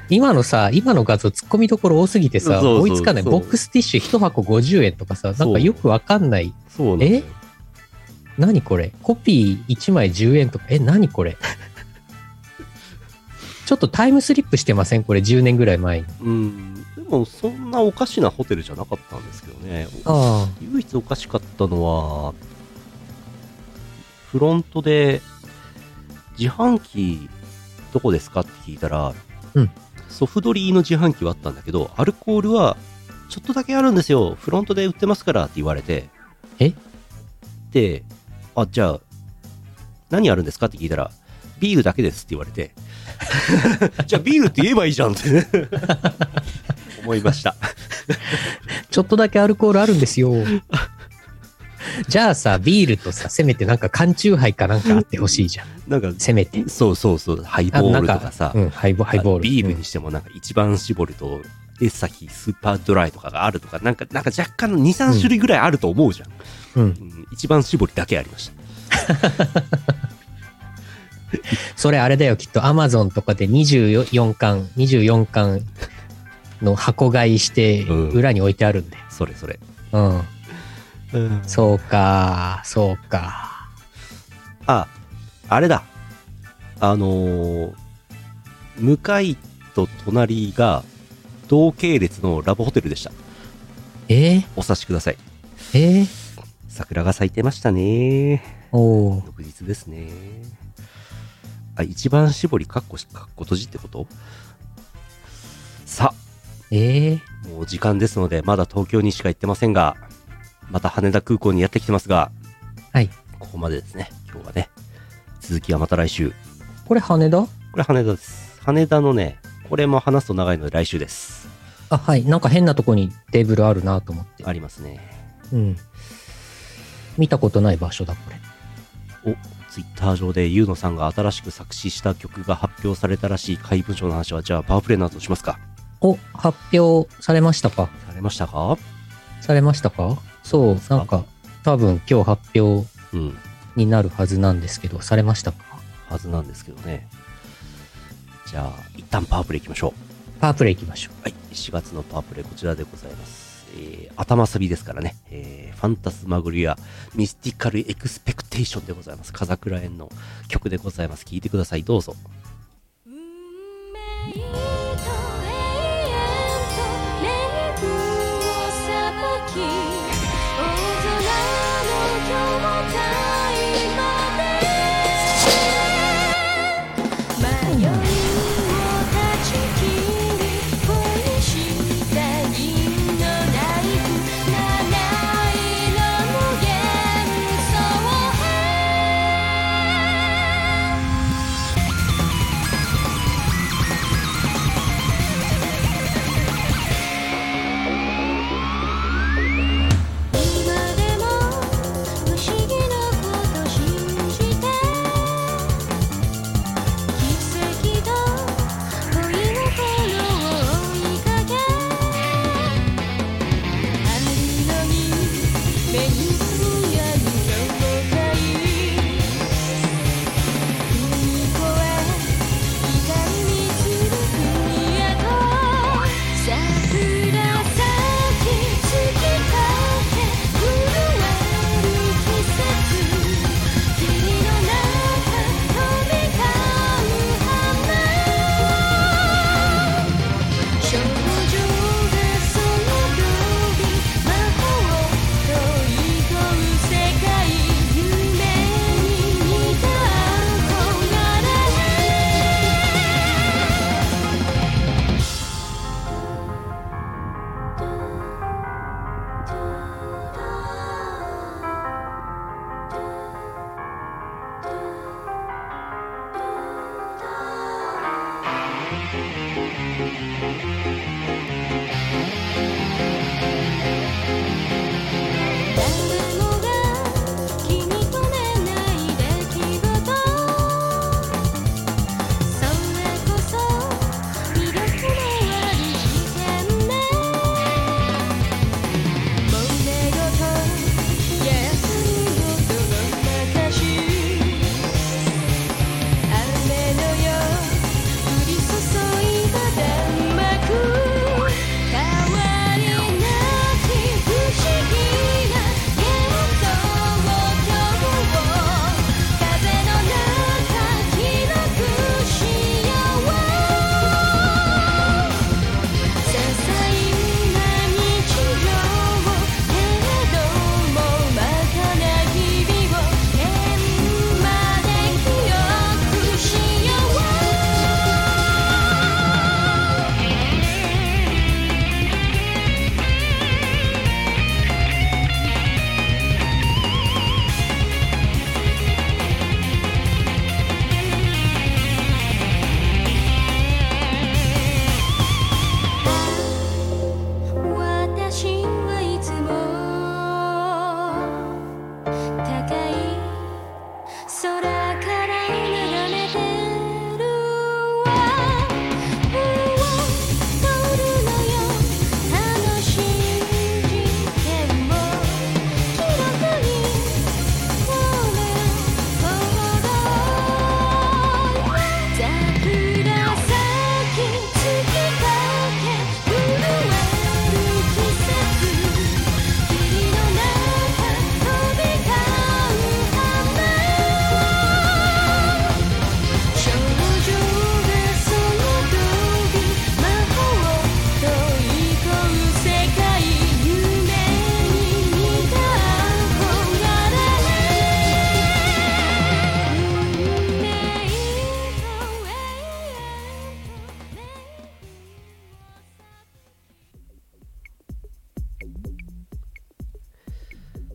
S1: 今のさ、今の画像、突っ込みどころ多すぎてさ、
S2: そうそう
S1: 追いつかない。
S2: そう
S1: ボックスティッシュ1箱50円とかさ、なんかよくわかんない。
S2: そうなのよ
S1: え。何これコピー1枚10円とか、え、何これ ちょっとタイムスリップしてませんこれ10年ぐらい前に。
S2: うん。でも、そんなおかしなホテルじゃなかったんですけどね。
S1: あ
S2: 唯一おかしかったのは、フロントで、自販機、どこですかって聞いたら、
S1: うん
S2: ソフトリーの自販機はあったんだけど、アルコールは、ちょっとだけあるんですよ。フロントで売ってますからって言われて。
S1: え
S2: で、あ、じゃあ、何あるんですかって聞いたら、ビールだけですって言われて。 じゃあビールって言えばいいじゃんってね 思いました。
S1: あ、ちょっとだけアルコールあるんですよ。 じゃあさ、ビールとさ、せめてなんか缶チューハイかなんかあってほしいじゃん。
S2: なんか、
S1: せめて。
S2: そうそうそう、ハイ
S1: あ
S2: ボー
S1: な
S2: ル
S1: ん
S2: とかさ、
S1: うん、ハイボハイボール。
S2: ビール
S1: うん
S2: にしてもなんか一番搾りと、エッサキスーパードライとかがあるとか、なんか、なんか若干の2、3種類ぐらいあると思うじゃん。
S1: うん。
S2: うん一番搾りだけありました。
S1: それあれだよ、きっと Amazon とかで24巻、24巻の箱買いして、
S2: うん
S1: 裏に置いてあるんで。
S2: それそれ。
S1: うん。そうか、そうか。
S2: あ、あれだ。あのー向かいと隣が同系列のラブホテルでした。
S1: えー、
S2: お察しください。
S1: えー、
S2: 桜が咲いてましたね。
S1: おー
S2: 翌日ですね。あ、一番絞り、かっこし、かっこ閉じってことさ
S1: えー、
S2: あ、もう時間ですので、まだ東京にしか行ってませんが、また羽田空港にやってきてますが、
S1: はい。
S2: ここまでですね、今日はね。続きはまた来週。
S1: これ羽田
S2: これ羽田です。羽田のね、これも話すと長いので来週です。
S1: あ、はい。なんか変なとこにテーブルあるなと思って。
S2: ありますね。
S1: うん。見たことない場所だ、これ。
S2: ツイッター上でユーノさんが新しく作詞した曲が発表されたらしい怪文書の話は、じゃあパワープレイなどとしますか
S1: お、発表されましたか
S2: されましたか
S1: されましたかそう、なんか、多分今日発表
S2: うん。
S1: になるはずなんですけど、されましたか
S2: はずなんですけどね。じゃあ、一旦パワープレイ行きましょ
S1: パワープレイ行きましょ
S2: う。はい。4月のパワープレイこちらでございます。えー、頭サビですからね。えー、ファンタスマグリア、ミスティカルエクスペクテーションでございます。風倉園の曲でございます。聴いてください。どうぞ。
S4: 運命と永遠と礼文をさばき大空の兄弟まで迷いを断ち切り恋した銀のナイフ七色の幻想へ「君の手のひらに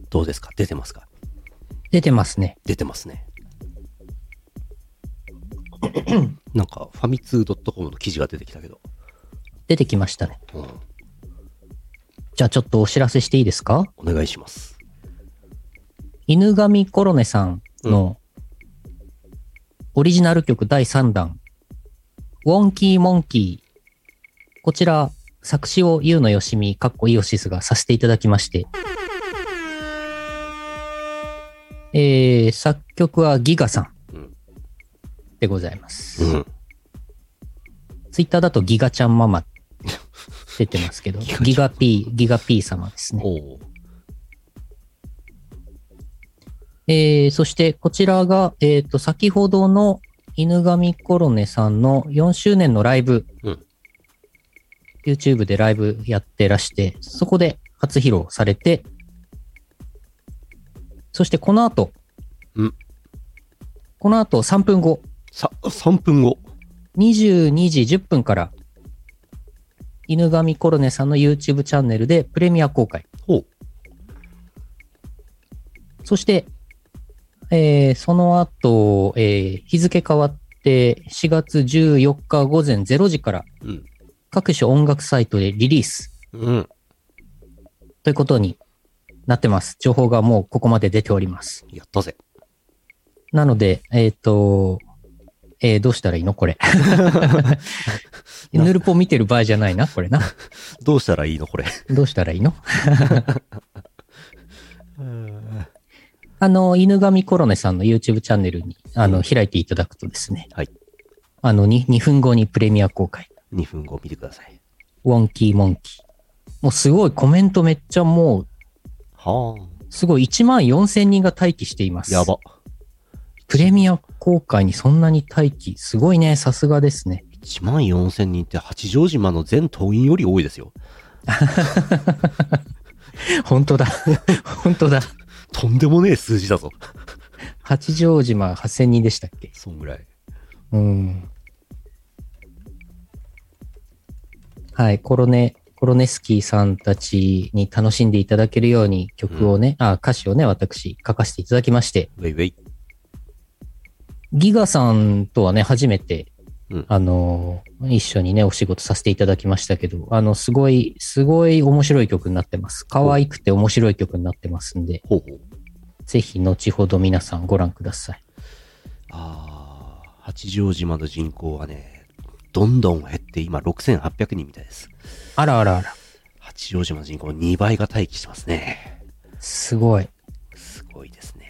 S2: どうですか出てますか
S1: 出てますね。
S2: 出てますね。なんか、ファミツー .com の記事が出てきたけど。
S1: 出てきましたね。
S2: うん、
S1: じゃあちょっとお知らせしていいですか
S2: お願いします。
S1: 犬神コロネさんのオリジナル曲第3弾、ウォンキーモンキー。こちら、作詞をゆうのよしみ、かっこイオシスがさせていただきまして。えー、作曲はギガさ
S2: うんん
S1: でございます。
S2: うん。
S1: ツイッターだとギガちゃんママ出てますけど、ギガ P、ギガ P 様ですね。
S2: おう
S1: えーそしてこちらが、えー、と先ほどの犬神コロネさんの4周年のライブ、
S2: うん
S1: YouTube でライブやってらして、そこで初披露されて、そしてこの後、
S2: うん
S1: この後3分後、
S2: さ、3分後。
S1: 22時10分から、犬神コロネさんの YouTube チャンネルでプレミア公開。
S2: ほう。
S1: そして、えーその後、えー日付変わって4月14日午前0時から
S2: うん。
S1: 各種音楽サイトでリリース
S2: うん。
S1: ということになってます。情報がもうここまで出ております。
S2: やったぜ。
S1: なので、えっ、と、えーどうしたらいいのこれ。 ヌルポ見てる場合じゃないな、これな。
S2: どうしたらいいのこれ。
S1: どうしたらいいのあの、犬神コロネさんの YouTube チャンネルに、あの、開いていただくとですね。
S2: はい。
S1: あの、2, 2分後にプレミア公開。
S2: 2分後見てください。
S1: ウォンキーモンキー。もうすごいコメントめっちゃもう、
S2: は
S1: すごい1万4000人が待機していま
S2: あ。
S1: す。
S2: やば。
S1: プレミア公開にそんなに待機。すごいね。さすがですね。
S2: 1万4000人って八丈島の全党員より多いですよ。
S1: 本当だ。 本当だ。
S2: とんでもねえ数字だぞ。
S1: 八丈島8000人でしたっけ
S2: そんぐらい。
S1: うん。はい。コロネ、コロネスキーさんたちに楽しんでいただけるように曲をね、あ、歌詞をね、私書かせていただきまして。
S2: ウェイウェイ。
S1: ギガさんとはね、初めて、
S2: うん
S1: あのー、一緒にね、お仕事させていただきましたけど、あの、すごい、すごい面白い曲になってます。可愛くて面白い曲になってますんで、
S2: ほうほう。
S1: ぜひ後ほど皆さんご覧ください。
S2: ああ、八丈島の人口はね、どんどん減って今6800人みたいです。
S1: あらあらあら、
S2: 八丈島の人口2倍が待機してますね。
S1: すごい。
S2: すごいですね。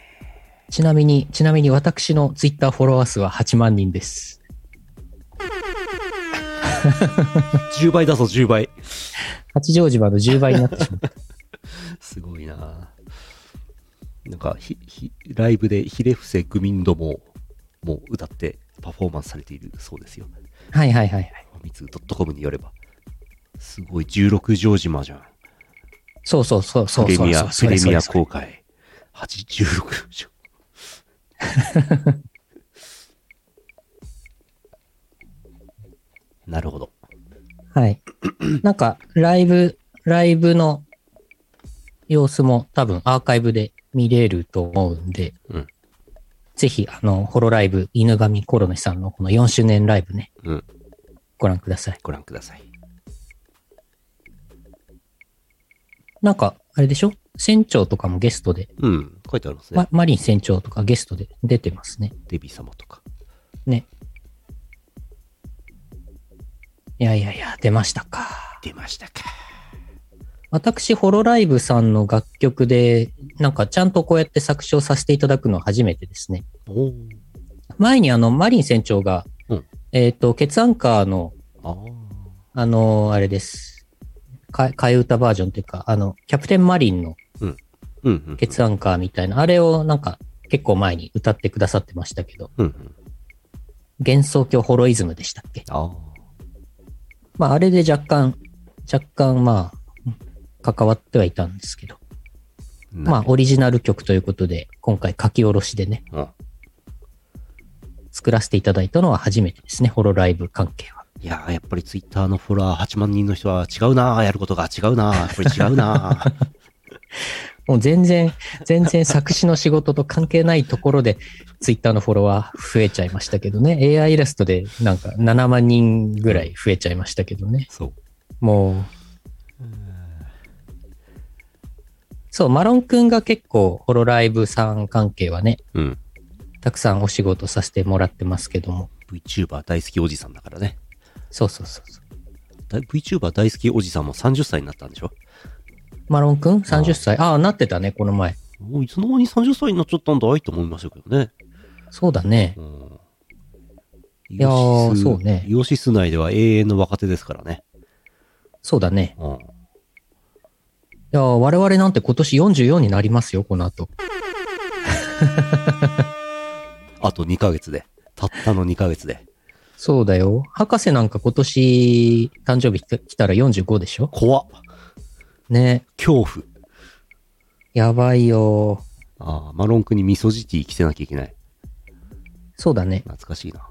S1: ちなみに、ちなみに私のツイッターフォロワー数は8万人です。
S2: 10倍だぞ、10倍。
S1: 八丈島の10倍になってしまった。
S2: すごいななんかひひ、ライブでヒレフセグミンドも、もう歌ってパフォーマンスされているそうですよ。
S1: はいはいはいはい。
S2: ファミツー .com によれば。すごい、16条島じゃん。
S1: そうそうそうそう
S2: プレ
S1: そう
S2: ミ
S1: そ
S2: ア、
S1: う
S2: プ
S1: それ
S2: レ
S1: そ
S2: ミ
S1: れ
S2: ア
S1: それ
S2: 公開。86条。 なるほど。
S1: はい。なんか、ライブ、ライブの様子も多分アーカイブで見れると思うんで、
S2: うん
S1: ぜひ、あの、ホロライブ、犬神コロネさんのこの4周年ライブね、
S2: うん。
S1: ご覧ください。
S2: ご覧ください。
S1: なんか、あれでしょ船長とかもゲストで、
S2: うん。書いてありますね。
S1: まマリン船長とかゲストで出てますね。
S2: デビ様とか。
S1: ね。いやいやいや、出ましたか。
S2: 出ましたか。
S1: 私、ホロライブさんの楽曲で、なんかちゃんとこうやって作詞をさせていただくのは初めてですね。
S2: お
S1: 前にあの、マリン船長が、
S2: うん
S1: えっ、と、ケツアンカーの、
S2: ああ。
S1: あのーあれです。か替え歌バージョンというか、あの、キャプテンマリンの
S2: うんうん。
S1: ケツアンカーみたいな、あれをなんか結構前に歌ってくださってましたけど、
S2: うんうん。
S1: 幻想郷ホロイズムでしたっけ
S2: ああ。
S1: まあ、あれで若干、若干まあ、関わってはいたんですけど、まあ、オリジナル曲ということで、今回書き下ろしでね、
S2: あ、うん。
S1: 作らせていただいたのは初めてですね、ホロライブ関係は。
S2: いやー、やっぱりツイッターのフォロワー8万人の人は違うなー、やることが違うなー、やっぱり違うなー。
S1: もう全然、全然作詞の仕事と関係ないところで、ツイッターのフォロワー増えちゃいましたけどね。AI イラストでなんか7万人ぐらい増えちゃいましたけどね。
S2: そう。
S1: もう。そう、マロンくんが結構、ホロライブさん関係はね、
S2: うん。
S1: たくさんお仕事させてもらってますけども。
S2: VTuber 大好きおじさんだからね。
S1: そうそうそうそう。
S2: だ VTuber 大好きおじさんも30歳になったんでしょ
S1: マロンくん ?30 歳。ああ、なってたね、この前。
S2: もういつの間に30歳になっちゃったんだいと思いましたけどね。
S1: そうだね。
S2: うん。い
S1: やーそうね
S2: イオシス内では永遠の若手ですからね。
S1: そうだね。
S2: うん。
S1: いやー、我々なんて今年44になりますよ、この後。
S2: あと2ヶ月で。たったの2ヶ月で。
S1: そうだよ。博士なんか今年、誕生日来たら45でしょ
S2: 怖っ。
S1: ね。
S2: 恐怖。
S1: やばいよ。
S2: ああ、マロン君にミソジティ着せなきゃいけない。
S1: そうだね。
S2: 懐かしいな。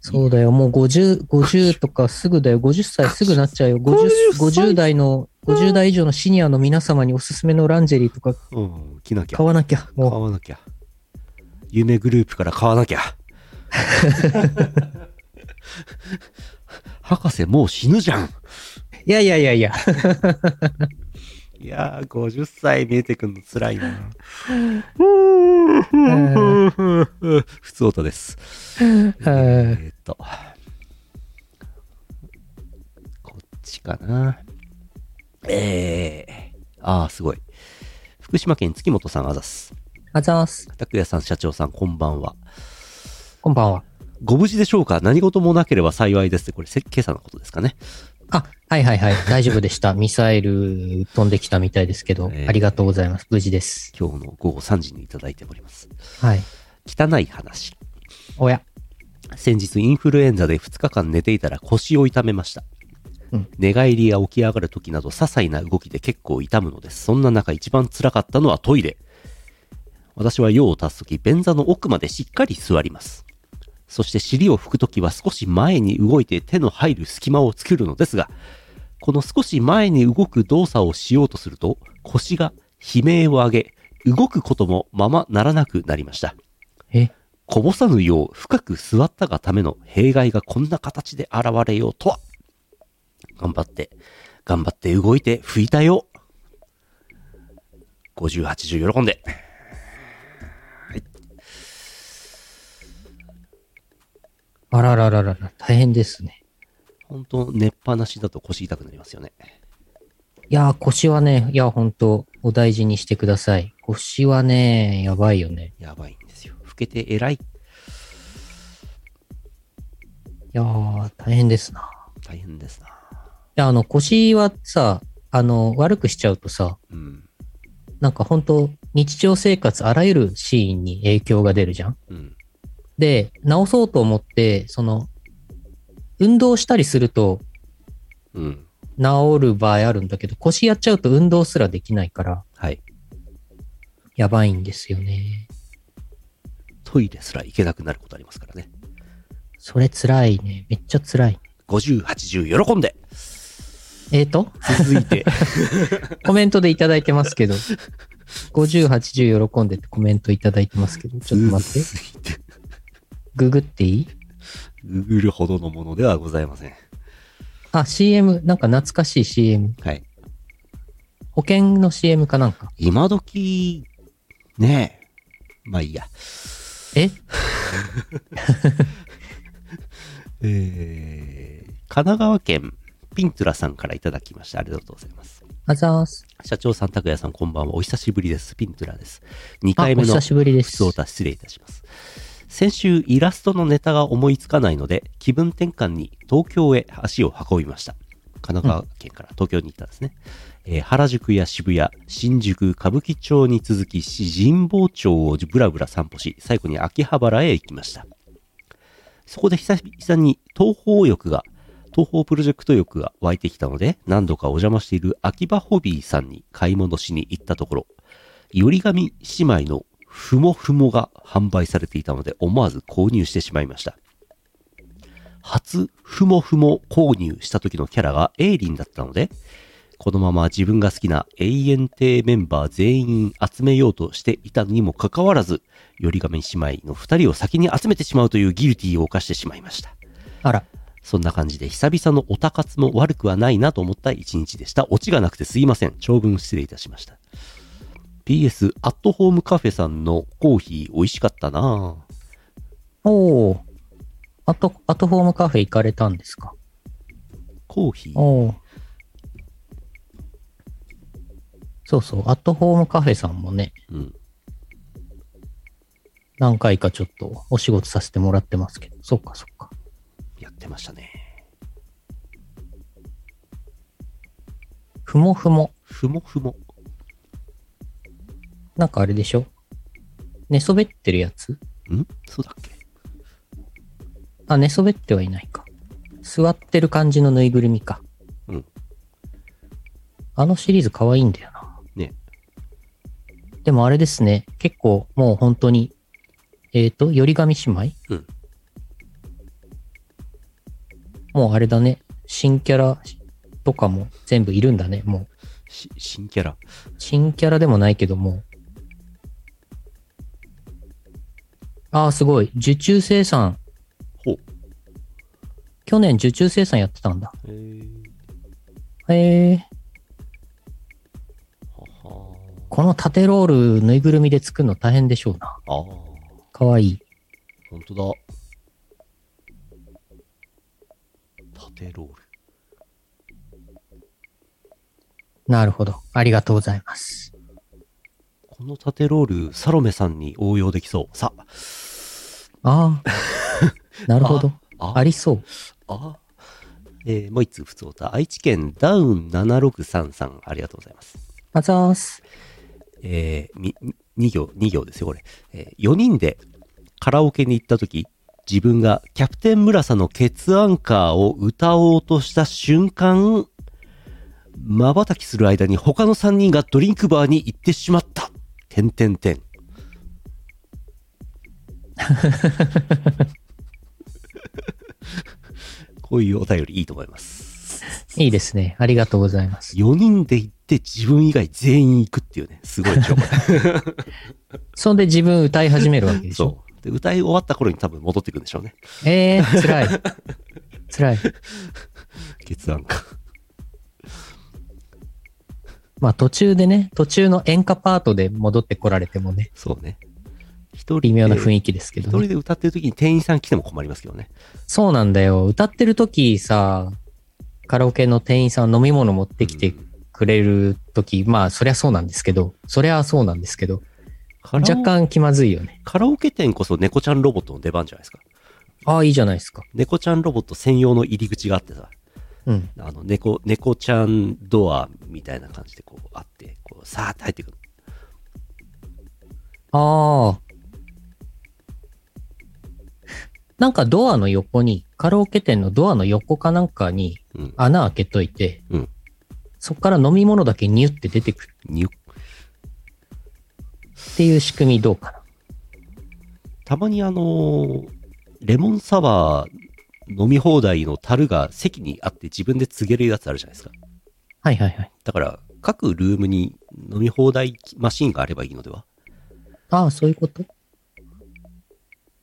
S1: そうだよ。もう50、50とかすぐだよ。50歳すぐなっちゃうよ。50、50代の、50代以上のシニアの皆様におすすめのランジェリーとか
S2: うん、着なきゃ。
S1: 買わなきゃ。
S2: 買
S1: もう、
S2: わなきゃ。夢グループから買わ なきゃ。博士もう死ぬじゃん。
S1: いやいやいやいや。
S2: いやー、50歳見えてくんの辛いな。ふつおたです。
S1: うん
S2: えーっと。こっちかな。えー。あー、すごい。福島県月本さんあざっす。
S1: あざーす。
S2: 拓也さん、社長さん、こんばんは。
S1: こんばんは。
S2: ご無事でしょうか何事もなければ幸いですって、これ、せ今朝のことですかね。
S1: あ、はいはいはい。大丈夫でした。ミサイル飛んできたみたいですけど、
S2: えー
S1: ありがとうございます。無事です。
S2: 今日の午後3時にいただいております。
S1: はい。
S2: 汚い話。
S1: おや。
S2: 先日インフルエンザで2日間寝ていたら腰を痛めました、
S1: うん
S2: 寝返りや起き上がる時など些細な動きで結構痛むのですそんな中一番辛かったのはトイレ私は用を足す時便座の奥までしっかり座りますそして尻を拭く時は少し前に動いて手の入る隙間を作るのですがこの少し前に動く動作をしようとすると腰が悲鳴を上げ動くこともままならなくなりました
S1: え、
S2: こぼさぬよう深く座ったがための弊害がこんな形で現れようとは。頑張って、頑張って動いて拭いたよ。50、80喜んで。
S1: あららららら、大変ですね。
S2: 本当寝っぱなしだと腰痛くなりますよね。
S1: いやー、腰はね、いや、本当お大事にしてください。腰はね、やばいよね。
S2: やばいんですよ。老けて偉い。
S1: いやー、大変ですな。
S2: 大変ですな。
S1: いや、あの、腰はさ、あの、悪くしちゃうとさ、
S2: うん。
S1: なんか本当日常生活あらゆるシーンに影響が出るじゃん。
S2: うん。
S1: で、治そうと思って、その、運動したりすると
S2: うん。
S1: 治る場合あるんだけど、腰やっちゃうと運動すらできないから、
S2: はい。
S1: やばいんですよね。
S2: トイレすら行けなくなることありますからね。
S1: それ辛いね。めっちゃ辛い。
S2: 50、80喜んで。
S1: えーと
S2: 続いて。
S1: コメントでいただいてますけど、50、80喜んでってコメントいただいてますけど、 ちょっと待って、
S2: 続いて。
S1: ググっていい
S2: ググるほどのものではございません。
S1: あ、CM、なんか懐かしい CM。
S2: はい。
S1: 保険の CM かなんか。
S2: 今時、ねえ。まあいいや。
S1: え
S2: えー、神奈川県ピントラさんからいただきました。ありがとうございます。
S1: あざーす。
S2: 社長さん、拓也さん、こんばんは。お久しぶりです。ピントラです。2
S1: あ、お
S2: 回目の
S1: 久しぶりです。
S2: そうだ、失礼いたします。先週、イラストのネタが思いつかないので、気分転換に東京へ足を運びました。神奈川県から東京に行ったんですね。えー原宿や渋谷、新宿、歌舞伎町に続き、神保町をぶらぶら散歩し、最後に秋葉原へ行きました。そこで久々に東方欲が、東方プロジェクト欲が湧いてきたので、何度かお邪魔している秋葉ホビーさんに買い物しに行ったところ、よりがみ姉妹のふもふもが販売されていたので思わず購入してしまいました。初ふもふも購入した時のキャラがエイリンだったので、このまま自分が好きな永遠亭メンバー全員集めようとしていたにもかかわらず、よりがみ姉妹の二人を先に集めてしまうというギルティーを犯してしまいました。
S1: あら、
S2: そんな感じで久々のオタ活も悪くはないなと思った一日でした。オチがなくてすいません。長文失礼いたしました。PS、アットホームカフェさんのコーヒー美味しかったなぁ
S1: おお。あと、アットホームカフェ行かれたんですか
S2: コーヒー
S1: おお。そうそう、アットホームカフェさんもね、
S2: うん。
S1: 何回かちょっとお仕事させてもらってますけど、そっかそっか。
S2: やってましたね。
S1: ふもふも。
S2: ふもふも。
S1: なんかあれでしょ寝そべってるやつ
S2: んそうだっけ
S1: あ、寝そべってはいないか。座ってる感じのぬいぐるみか。
S2: うん。
S1: あのシリーズ可愛いんだよな。
S2: ね。
S1: でもあれですね、結構もう本当に、えっ、と、よりがみ姉妹
S2: うん。
S1: もうあれだね、新キャラとかも全部いるんだね、もう。
S2: し新キャラ。
S1: 新キャラでもないけども。ああ、すごい。受注生産。
S2: ほう。
S1: 去年受注生産やってたんだ。
S2: えー、
S1: へえ。
S2: は
S1: この縦ロールぬいぐるみで作るの大変でしょうな。
S2: あ。ああ。
S1: かわいい。
S2: ほんとだ。縦ロール。
S1: なるほど。ありがとうございます。
S2: この縦ロール、サロメさんに応用できそう。さ、
S1: ああ。 なるほど。
S2: あ
S1: ありそう。
S2: あえーもう一通普通歌。愛知県ダウン7633さん、ありがとうございます。
S1: あざーす。
S2: えーみ、2行、2行ですよ、これ。え4人でカラオケに行った時、自分がキャプテン村さんのケツアンカーを歌おうとした瞬間、瞬きする間に他の3人がドリンクバーに行ってしまった。てんてんてん。こういうお便りいいと思います。
S1: いいですね。ありがとうございます。
S2: 4人で行って自分以外全員行くっていうね、すごいでしょ、これ。
S1: そんで自分歌い始めるわけでしょ。
S2: そう。で、歌い終わった頃に多分戻ってくるんでしょうね。
S1: ええー、辛 い。辛い。
S2: 決断か。
S1: まあ途中でね、途中の演歌パートで戻ってこられてもね、
S2: そうね。一人
S1: 微妙な雰
S2: 囲
S1: 囲気ですけ
S2: 気一
S1: ど
S2: 人
S1: ね。
S2: で歌ってる時に店員さん来ても困りますけどね。
S1: そうなんだよ。歌ってる時さ、カラオケの店員さん飲み物持ってきてくれる時、まあそりゃそうなんですけど、そりゃそうなんですけど、
S2: カラ
S1: 若
S2: オ
S1: 干気まずいよね。
S2: カラオケ店こそ猫ちゃんロボットの出番じゃないですか。
S1: ああ、いいじゃないですか。
S2: 猫ちゃんロボット専用の入り口があってさ、
S1: うん。
S2: あの、猫、猫ちゃんドアみたいな感じでこうあって、こう、さーって入ってくる。
S1: ああ。なんかドアの横に、カラオケ店のドアの横かなんかに
S2: うん。
S1: 穴開けといて、
S2: うん
S1: そっから飲み物だけニュって出てくる。
S2: にゅ
S1: っていう仕組みどうかな。
S2: たまにあのーレモンサワー飲み放題の樽が席にあって自分で告げるやつあるじゃないですか。
S1: はいはいはい。
S2: だから、各ルームに飲み放題マシンがあればいいのでは
S1: ああ、そういうこと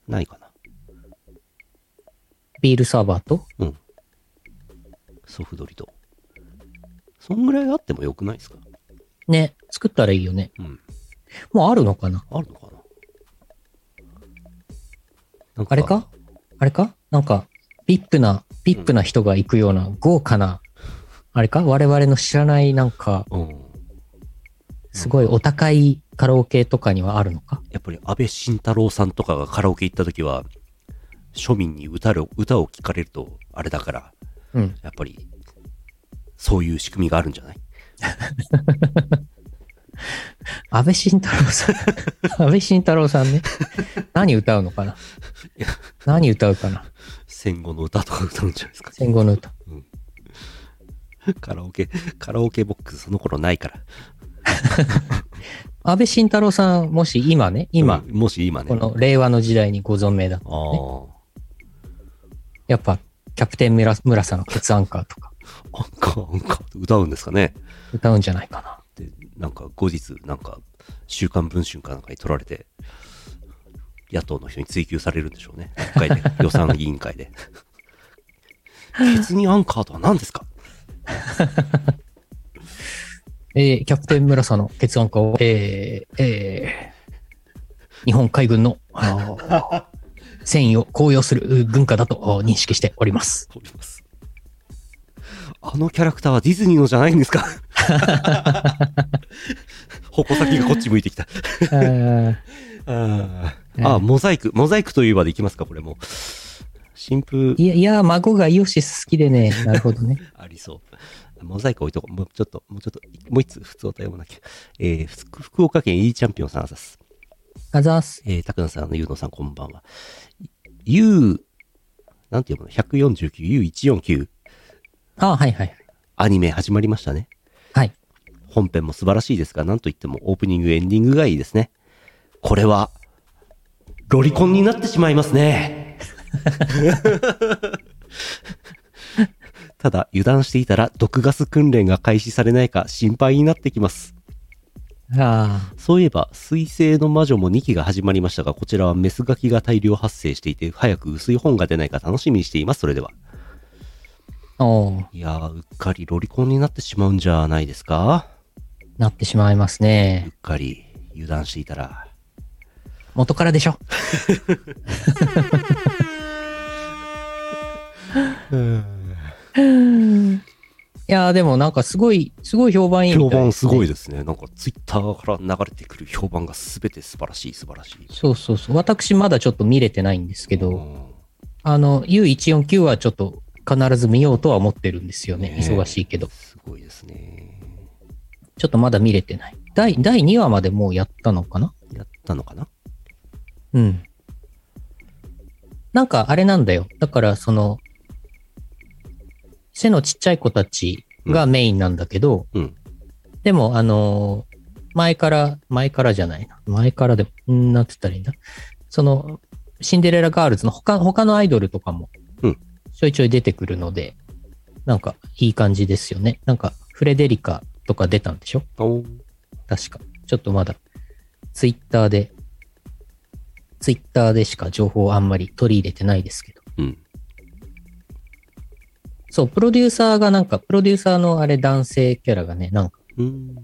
S2: ないかな。
S1: ビールサーバーと
S2: ソフドリと。そんぐらいあってもよくないですか
S1: ね、作ったらいいよね。
S2: うん。
S1: もうあるのかな
S2: あるのかななん
S1: あれかあれかなんか、ビップな、ビップな人が行くような豪華な、あれか我々の知らないなんか、
S2: うん。
S1: すごいお高いカラオケとかにはあるのか
S2: やっぱり安倍晋太郎さんとかがカラオケ行った時は、庶民に歌る歌を聞かれると、あれだから、
S1: うん。
S2: やっぱり、そういう仕組みがあるんじゃない
S1: 安倍晋太郎 さん。安倍晋太郎さんね。何歌うのかな何歌うかな
S2: 戦後の歌とか歌うんじゃないですか
S1: 戦後の歌。
S2: カラオケ、カラオケボックスその頃ないから。
S1: 安倍晋太郎さん、もし今ね、今
S2: う、んもし今ね。
S1: この令和の時代にご存命だと
S2: ああ。
S1: やっぱ、キャプテン村村さんのケツアンカーとか。
S2: アンカー、アンカーって歌うんですかね。
S1: 歌うんじゃないかな。
S2: でなんか後日なんか「週刊文春」かなんかに取られて野党の人に追及されるんでしょうね国会で予算委員 会で決議アンカーとは何ですか
S1: えーキャプテン村さんの決案化を、えーえー日本海軍の、あー戦意を高揚する文化だとあー認識しております。
S2: おりますあのキャラクターはディズニーのじゃないんです か矛先がこっち向いてきたあーあモザイクモザイクといえばでいきますかこれも新風
S1: いや、いや、孫がイオシス好きでね。なるほどね。
S2: ありそう。モザイク置いとこう。もうちょっと、もうちょっと、もう一つ、普通お便りもなきゃ。えーふつ福岡県 E チャンピオンさんあざっす。
S1: あざーす。
S2: えー、たくなさん、あのゆうのさん、こんばんは。U、なんて読むの ?149U149。
S1: あーはいはい。
S2: アニメ始まりましたね。
S1: はい。
S2: 本編も素晴らしいですが、なんといってもオープニング、エンディングがいいですね。これは、ロリコンになってしまいますね。ただ、油断していたら毒ガス訓練が開始されないか心配になってきます。
S1: あ
S2: そういえば、水星の魔女も2期が始まりましたが、こちらはメスガキが大量発生していて、早く薄い本が出ないか楽しみにしています。それでは。
S1: あ、おー
S2: いやー、うっかりロリコンになってしまうんじゃないですか
S1: なってしまいます
S2: うっ
S1: ね。
S2: かり油断していたら、
S1: 元からでしょ。いやー、でもなんかすごい、すごい評判いいみ
S2: 評
S1: たい
S2: 判
S1: ですすね、
S2: ごいですね。なんかツイッターから流れてくる評判がすべて素晴らしい、素晴らしい。
S1: そうそうそう。私まだちょっと見れてないんですけ
S2: う
S1: ど、
S2: ん
S1: あの、U149 はちょっと必ず見ようとは思ってるんですよね。
S2: ねえ
S1: 忙しいけど。
S2: すごいですね。
S1: ちょっとまだ見れてない。第、第2話までもうやったのかな
S2: やったのかな
S1: うん。なんかあれなんだよ。だからその、背のちっちゃい子たちがメインなんだけど、
S2: うん。
S1: でもあのー前から、前からじゃないな。前からでも、うんなんて言ったらいいんだ。その、シンデレラガールズの他、他のアイドルとかも
S2: うん、
S1: ちょいちょい出てくるので、なんかいい感じですよね。なんか、フレデリカとか出たんでしょ
S2: お
S1: 確か。ちょっとまだ、ツイッターで、ツイッターでしか情報をあんまり取り入れてないですけど。
S2: うん。
S1: そう、プロデューサーがなんか、プロデューサーのあれ男性キャラがね、なんか、
S2: うん。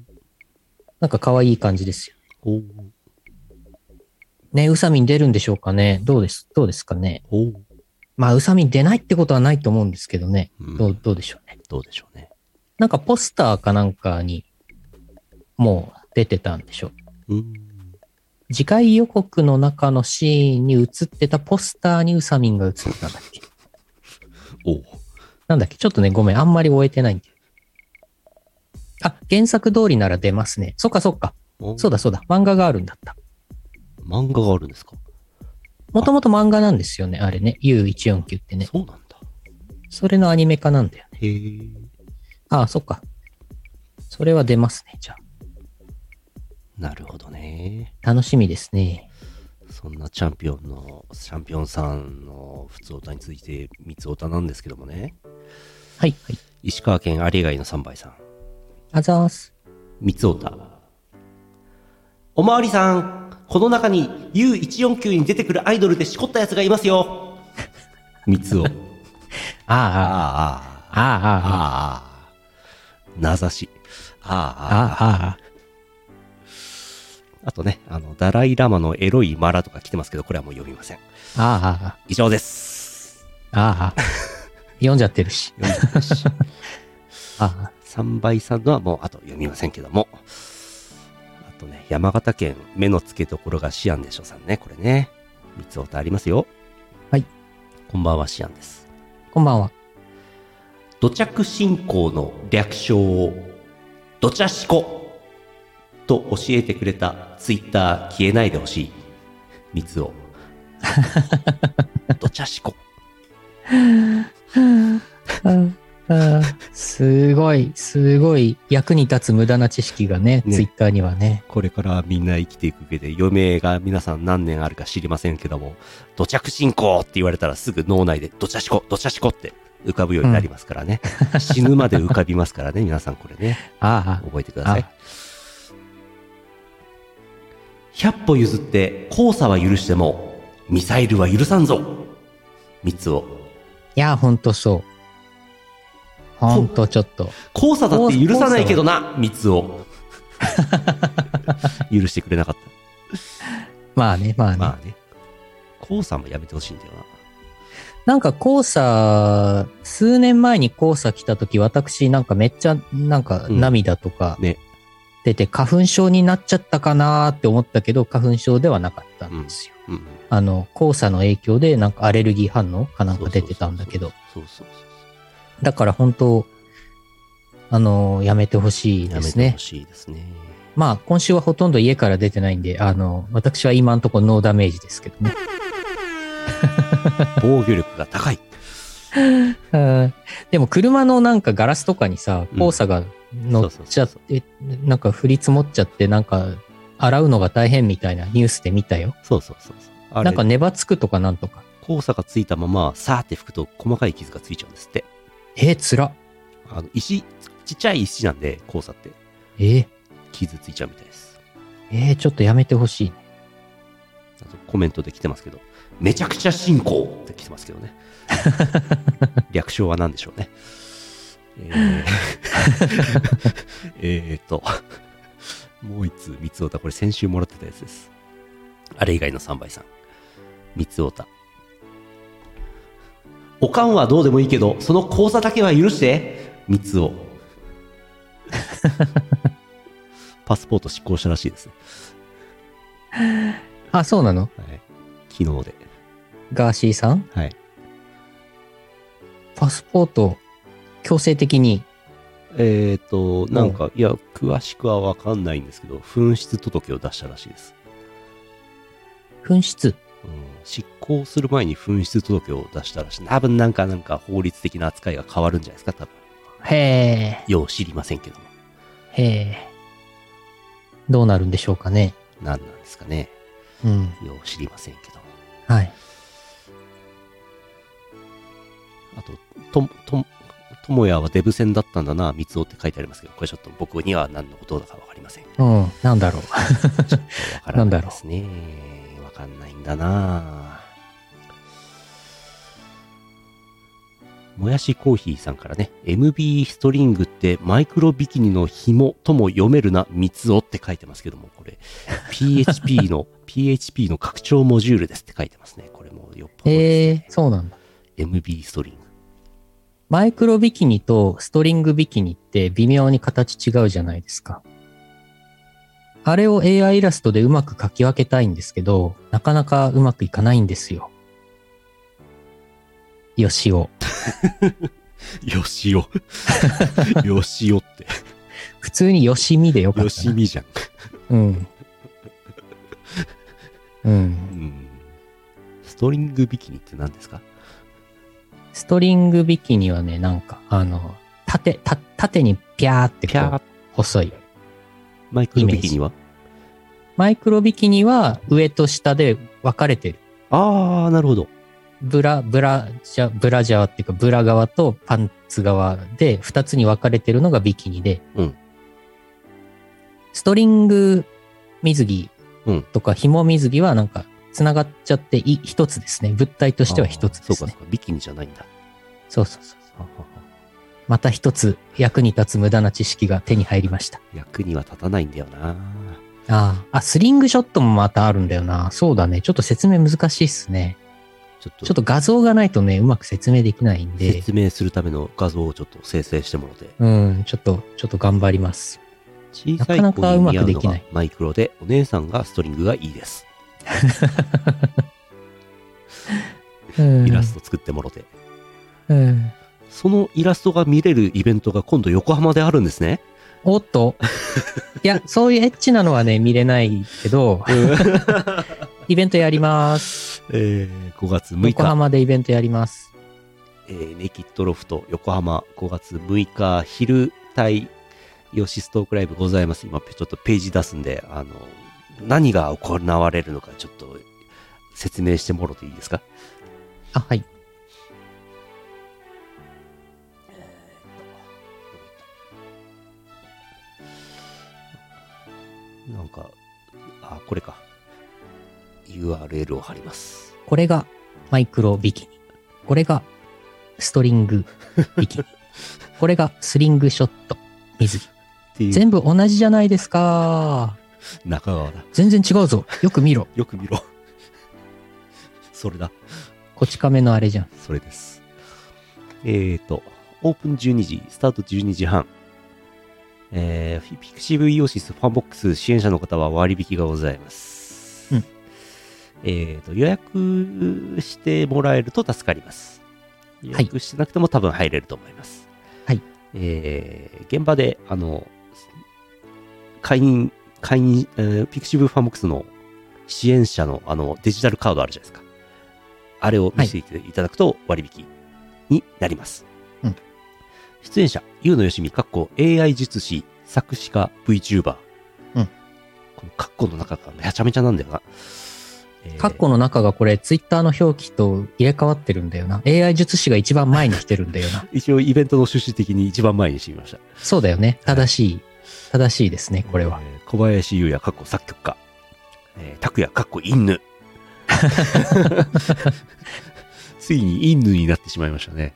S1: なんか可愛い感じですよ。
S2: お
S1: ね、うさみん出るんでしょうかねどうです、どうですかね
S2: おう
S1: まあ、うさみん出ないってことはないと思うんですけどね。
S2: ん
S1: どう、どうでしょうね。
S2: どうでしょうね。
S1: なんかポスターかなんかに、もう出てたんでしょう。
S2: うん。
S1: 次回予告の中のシーンに映ってたポスターにうさみんが映ってたんだっけ
S2: おう
S1: なんだっけちょっとね、ごめん。あんまり終えてないんで。あ、原作通りなら出ますね。そっかそっか。
S2: お
S1: そう
S2: だ。
S1: だそうだ。漫画があるんだった。
S2: 漫画があるんですか
S1: もともと漫画なんですよね。あれね。U149 ってね。
S2: そうなんだ。
S1: それのアニメ化なんだよね。
S2: へえ。
S1: ああ、そっか。それは出ますね。じゃ
S2: なるほどね。
S1: あ、楽しみですね。
S2: そんなチャンピオンの、チャンピオンさんの普通歌について、三つ歌なんですけどもね。
S1: はい、はい。
S2: 石川県有貝の三倍さん。
S1: あざーす。
S2: 三つおた。おまわりさん、この中に U149 に出てくるアイドルでしこったやつがいますよ。 三つお。あ
S1: ああ、
S2: あ、
S1: あ
S2: ああ、
S1: あ、ああ、
S2: ああ。名指し。
S1: あ
S2: ああ、ああ。
S1: あ、ああ。
S2: あとね、あの、ダライラマのエロいマラとか来てますけど、これはもう読みません。
S1: ああ、
S2: 以上です。
S1: ああ。 読んじゃってるし。あ
S2: 三倍さんのはもうあと読みませんけども。あとね、山形県目の付けどころがシアンでしょさんね、これね。三つおたありますよ。
S1: はい。
S2: こんばんは、シアンです。
S1: あ、こんばんは。
S2: 土着信仰の略称を、土着しこと教えてくれたツイッター消えないでほしい。三つ お。土着しこ。
S1: うんすごい、すごい役に立つ無駄な知識がね、
S2: ね
S1: ツイッターにはね。
S2: これからみんな生きていく上で、余命が皆さん何年あるか知りませんけども、土着信仰って言われたらすぐ脳内で、土着しこ、土着しこって浮かぶようになりますからね。死ぬまで浮かびますからね、皆さんこれね。
S1: あ
S2: 覚えてください。100歩譲って黄砂は許してもミサイルは許さんぞ三つを
S1: あ、いや、ほんとそう。ほんとちょっと。
S2: 黄砂だって許さないけどな三つを許してくれなかっ
S1: まあね、まあ
S2: た
S1: ね。
S2: まあね黄砂もやめてほしいんだよ
S1: なんか黄砂、数年前に黄砂来た時、私なんかめっちゃなんか涙とか
S2: うんね
S1: 出て花粉症になっちゃったかなーって思ったけど、花粉症ではなかったんですよ。
S2: な、うん、
S1: あの、黄砂の影響でなんかアレルギー反応かなんか出てたんだけど、
S2: そうそうそうそう
S1: だから本当、あの、やめてほしいで
S2: やめ
S1: す
S2: て
S1: ね
S2: ほ。しいですね
S1: まあ今週はほとんど家から出てないんで、あの、私は今んとこノーダメージですけどね。
S2: 防御力が高い
S1: うんでも車のなんかガラスとかにさ
S2: うん
S1: 黄砂が乗っちゃって、なんか降り積もっちゃってなんか洗うのが大変みたいなニュースで見たよ
S2: そうそうそうそうあ
S1: な
S2: れ
S1: んか粘つくとかなんとか
S2: 黄砂がついたままさーって吹くと細かい傷がついちゃうんですって
S1: えー、つらっ
S2: あの石ちっちゃい石なんで黄砂って
S1: えー、
S2: 傷ついちゃうみたいです
S1: えー、ちょっとやめてほしいね
S2: あとコメントで来てますけど、めちゃくちゃ進行って来てますけど ね。略称は何でしょうね。えー えーと、もう一通、三つおた、これ先週もらってたやつです。あれ以外の3倍さん。三つおた。おかんはどうでもいいけど、その口座だけは許して、三つ お。パスポート失効したらしいですね。
S1: あそうなの
S2: はい、昨日で。
S1: ガーシーさん
S2: はい。
S1: パスポート強制的に
S2: えっ、と、なんか、いや、詳しくはわかんないんですけど、紛失届を出したらしいです。
S1: 紛失
S2: うん、執行する前に紛失届を出したらしい。多分なんか、なんか法律的な扱いが変わるんじゃないですか、多分。
S1: へえ
S2: よう知りませんけども。
S1: へえどうなるんでしょうかね
S2: 何なんですかね。
S1: うん
S2: よう知りませんけども。
S1: はい
S2: あと、と、と、ともやはデブ戦だったんだな、三つおって書いてありますけど、これちょっと僕には何のことだかわかりません。わ
S1: うんなんだろう
S2: から
S1: なんだ
S2: ない
S1: ろ
S2: で
S1: う
S2: すね。わかんないんだなもやしコーヒーさんからね、MB ストリングってマイクロビキニの紐とも読めるな、三つをって書いてますけども、こ れ、PHP の、PHP の拡張モジュールですって書いてますね。これもうよっぽど
S1: へ
S2: で
S1: えそうなんだ
S2: す、ね MB ストリング。
S1: マイクロビキニとストリングビキニって微妙に形違うじゃないですか。あれを AI イラストでうまく描き分けたいんですけど、なかなかうまくいかないんですよ。よしお。
S2: よしお。 よしおって。
S1: 普通によしみでよかったな。
S2: みじゃん。
S1: うん。うん。
S2: うん。ストリングビキニって何ですか
S1: ストリングビキニはね、なんか、あの、縦、た縦にピャーってこ
S2: ピャー
S1: う、細い。
S2: マイクロビキニは
S1: マイクロビキニは上と下で分かれてる。
S2: ああ、なるほど。
S1: ブラ、ブラジャ、ブラジャーっていうか、ブラ側とパンツ側で、二つに分かれてるのがビキニで、
S2: うん
S1: ストリング水着
S2: うん
S1: とか、紐水着はなんか、つながっちゃってい一つですね。物体としては一つ
S2: あー
S1: で
S2: そ
S1: す
S2: うか
S1: ね。
S2: そうか、ビキニじゃないんだ。
S1: そうそうそう。また一つ役に立つ無駄な知識が手に入りました。
S2: 役には立たないんだよな。
S1: ああ、あ、スリングショットもまたあるんだよな。そうだね。ちょっと説明難しいっすね。
S2: ちょっと、
S1: ちょっと画像がないとね、うまく説明できないんで。
S2: 説明するための画像をちょっと生成してもらって、
S1: うん、ちょっと、ちょっと頑張ります。
S2: 小
S1: な
S2: さい
S1: かな
S2: 子
S1: かう
S2: に
S1: ま
S2: 似合
S1: く
S2: う
S1: で
S2: の
S1: きな
S2: が
S1: い
S2: マイクロで、お姉さんがストリングがいいです。イ
S1: イ
S2: ラスト作ってもろて。
S1: ト。うん
S2: そのイラストが見れるイベントが今度横浜であるんですね。
S1: おっ といや、そういうエッチなのはね、見れないけど、イベントやります。
S2: えー、5月6
S1: 横
S2: 日。
S1: 浜でイベントやります。
S2: えーネキッドロフト横浜5月6日昼対ヨシストークライブございます。今ちょっとページ出すんで、あの、何が行われるのかちょっと説明してもろていいですか
S1: あ、はい。
S2: あ、これか。URL を貼ります。
S1: これがマイクロビキニ。これがストリングビ キニ。これがスリングショット水着。
S2: っていう、
S1: 全部同じじゃないですか。
S2: 中川だ。
S1: 全然違うぞ。よく見ろ。
S2: よく見ろ。 それだ。
S1: こち亀のあれじゃん。
S2: それです。えーと、オープン12時、スタート12時半。えー、ピクシブイオシスファンボックス支援者の方は割引がございます。
S1: うん
S2: えーと、予約してもらえると助かります。予約してなくても多分入れると思います。
S1: はい。
S2: えー、現場で、あの、会員、会員、えーピクシブファンボックスの支援者のあのデジタルカードあるじゃないですか。あれを見せていただくと割引になりま
S1: う
S2: す。
S1: ん
S2: 出演者、ゆうのよしみ、かっこ AI 術師、作詞家、VTuber。
S1: うん
S2: このカッコの中がめちゃめちゃなんだよな。えー
S1: カッコの中がこれ、ツイッターの表記と入れ替わってるんだよな。AI 術師が一番前に来てるんだ よな。
S2: 一応イベントの趣旨的に一番前にしてみました。
S1: そうだよね。正しい。正しいですね、これは。
S2: えー小林優也、かっこ作曲家。えー、拓也、かっこ 犬。ついに犬になってしまいましたね。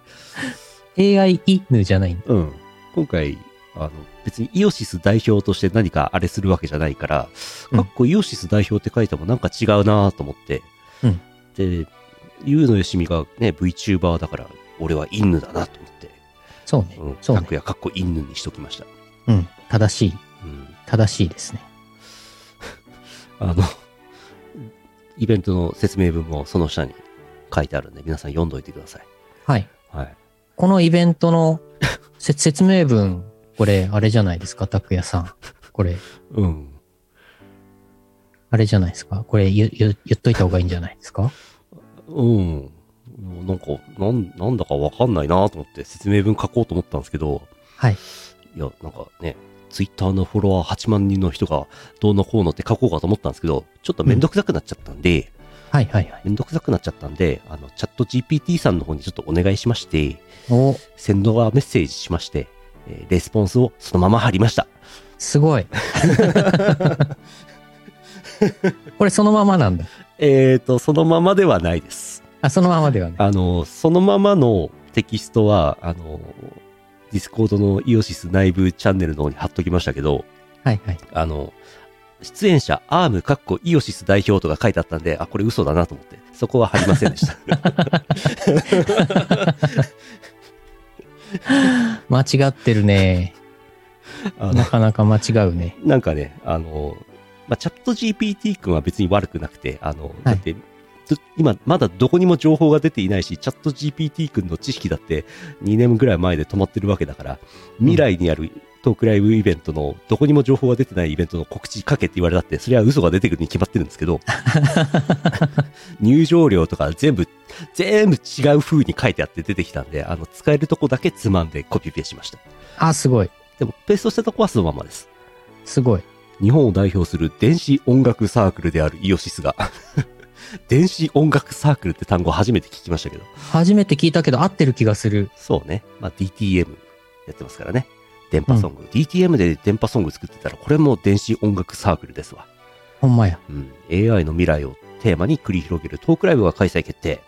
S1: AI 犬じゃない。
S2: うん。今回、あの、別にイオシス代表として何かあれするわけじゃないから、
S1: うん
S2: かっこイオシス代表って書いてもなんか違うなぁと思って、
S1: うん
S2: で、ゆうのよしみがね、VTuber だから、俺は犬だなと思って、
S1: そうね
S2: うん。。
S1: そうね
S2: 拓。也かっこ犬にしときました。
S1: うん。正しい。
S2: うん。
S1: 正しいですね。
S2: あの、イベントの説明文もその下に書いてあるんで、皆さん読んどいてください。
S1: はい。
S2: はい。
S1: このイベント のせ説明文、これ、あれじゃないですか、拓也さん。これ、
S2: うん。
S1: あれじゃないですか。これ言、言言っといた方がいいんじゃないですか。
S2: うん。なんか、なん、なんだかわかんないなと思って説明文書こうと思ったんですけど、
S1: はい。
S2: いや、なんかね、ツイッターのフォロワー8万人の人がどうのこうのって書こうかと思ったんですけど、ちょっとめんどくさくなっちゃったんで、
S1: はいはいはい。
S2: めんどくさくなっちゃったんで、あの、チャット GPT さんの方にちょっとお願いしまして、
S1: お、
S2: センドがメッセージしまして、えーレスポンスをそのまま貼りました。
S1: すごい。 これそのままなんだ。
S2: えーと、そのままではないです。
S1: あ、そのままではね。
S2: あの、そのままのテキストは、あの、ディスコードのイオシス内部チャンネルの方に貼っときましたけど、
S1: はいはい。
S2: あの、出演者、アームかっこイオシス代表とか書いてあったんで、あ、これ嘘だなと思って、そこは貼りませんでした。
S1: 間違ってるね。
S2: あの
S1: なかなか間違うね。
S2: なんかね、あの、まあ、チャット GPT 君は別に悪くなくて、あの、だって、ど今、まだどこにも情報が出ていないし、チャット GPT 君の知識だって2年ぐらい前で止まってるわけだから、未来にあるトークライブイベントの、どこにも情報が出てないイベントの告知かけって言われたって、それは嘘が出てくるに決まってるんですけど、入場料とか全部、全部違う風に書いてあって出てきたんで、あの、使えるとこだけつまんでコピペしました。
S1: あ、すごい。
S2: でも、ペーストしたとこはそのままです。
S1: すごい。
S2: 日本を代表する電子音楽サークルであるイオシスが、 電子音楽サークルって単語初めて聞きましたけど、
S1: 初めて聞いたけど合ってる気がする。
S2: そうね、まあ、DTM やってますからね。電波ソング、DTM で電波ソング作ってたら、これも電子音楽サークルですわ。
S1: ほんまや。
S2: うん、AI の未来をテーマに繰り広げるトークライブが開催決定。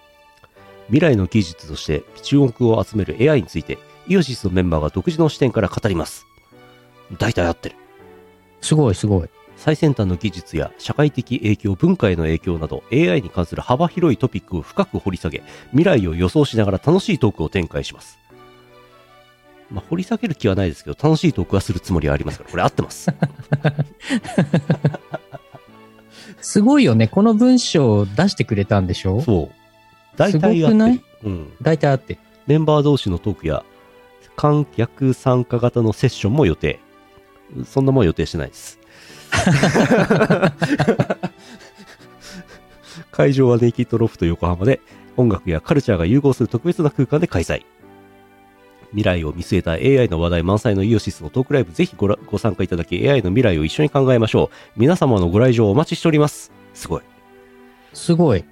S2: 未来の技術として注目を集める AI について、イオシスのメンバーが独自の視点から語ります。大体合ってる。
S1: すごいすごい。
S2: 最先端の技術や社会的影響、文化への影響など AI に関する幅広いトピックを深く掘り下げ、未来を予想しながら楽しいトークを展開します。まあ、掘り下げる気はないですけど、楽しいトークはするつもりはありますから、これ合ってます。
S1: すごいよね。この文章を出してくれたんでしょ
S2: そう。大体
S1: す
S2: 合
S1: ご
S2: っ
S1: く
S2: て
S1: ない
S2: る。うん。
S1: 大体合ってる。
S2: メンバー同士のトークや、観客参加型のセッションも予定。そんなもん予定してないです。会場はネイキッドロフト横浜で、音楽やカルチャーが融合する特別な空間で開催。未来を見据えた AI の話題満載のイオシスのトークライブ、ぜひごらご参加いただき、AI の未来を一緒に考えましょう。皆様のご来場をお待ちしております。すごい。
S1: すごい。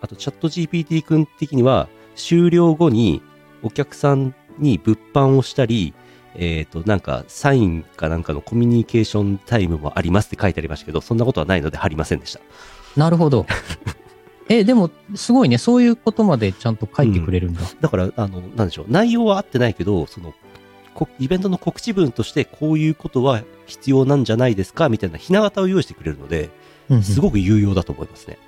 S2: あと、チャット GPT 君的には、終了後にお客さんに物販をしたり、えっ、と、なんか、サインかなんかのコミュニケーションタイムもありますって書いてありましたけど、そんなことはないので貼りませんでした。
S1: なるほど。え、でも、すごいね。そういうことまでちゃんと書いてくれるんだ。
S2: だから、あの、なんでしょう、内容は合ってないけど、その、こイベントの告知文として、こういうことは必要なんじゃないですか、みたいなひな形を用意してくれるので、
S1: うんうん
S2: すごく有用だと思いますね。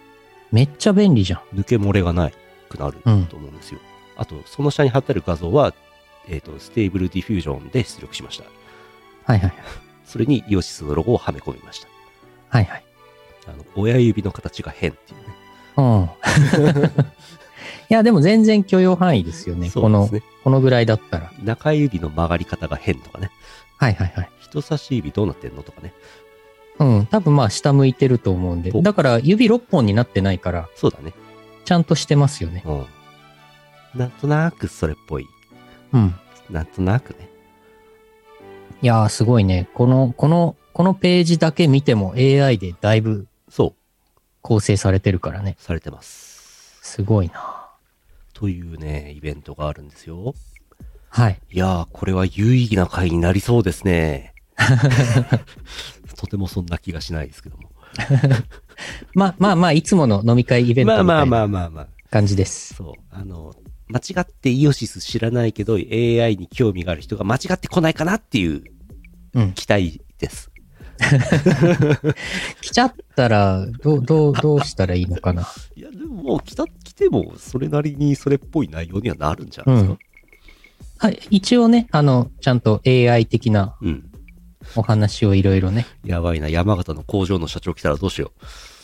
S1: めっちゃ便利じゃん。
S2: 抜け漏れがないくなる
S1: うん
S2: と思うんですよ。あと、その下に貼ってある画像は、えっ、と、ステーブルディフュージョンで出力しました。
S1: はいはい
S2: それにイオシスのロゴをはめ込みました。
S1: はい。はい
S2: あの、親指の形が変っていうね。
S1: はい。うん。いや、でも全然許容範囲ですよね。
S2: そ
S1: こ
S2: うで
S1: の
S2: す、ね。
S1: このぐらいだったら。
S2: 中指の曲がり方が変とかね。
S1: はいはいはい。
S2: 人差し指どうなってんのとかね。
S1: うん。多分まあ、下向いてると思うんで。
S2: お
S1: だから、指6本になってないから、
S2: そうだね。
S1: ちゃんとしてますよね。
S2: うん。なんとなくそれっぽい。
S1: うん。
S2: なんとなくね。
S1: いやー、すごいね。この、この、このページだけ見ても AI でだいぶ
S2: そう、
S1: 構成されてるからね。
S2: されてます。
S1: すごいな。
S2: というね、イベントがあるんですよ。
S1: はい。
S2: いやー、これは有意義な回になりそうです ね。とてもそんな気がしないですけども。
S1: まあまあまあ、いつもの飲み会イベン
S2: ま
S1: ト
S2: あ
S1: み
S2: ま
S1: た
S2: あ
S1: い
S2: ま
S1: な
S2: あまあまあ。
S1: 感じです。
S2: そう。あの、間違ってイオシス知らないけど、AI に興味がある人が間違ってこないかなっていう
S1: うん。
S2: 期待です。
S1: 来ちゃったら、どう、どう、どうしたらいいのかな。
S2: いや、でももう来た、来ても、それなりにそれっぽい内容にはなるんじゃな
S1: う
S2: いです
S1: ん
S2: か。。
S1: はい。一応ね、あの、ちゃんと AI 的な
S2: うん。
S1: お話をいろいろね。
S2: やばいな。山形の工場の社長来たらどうしよ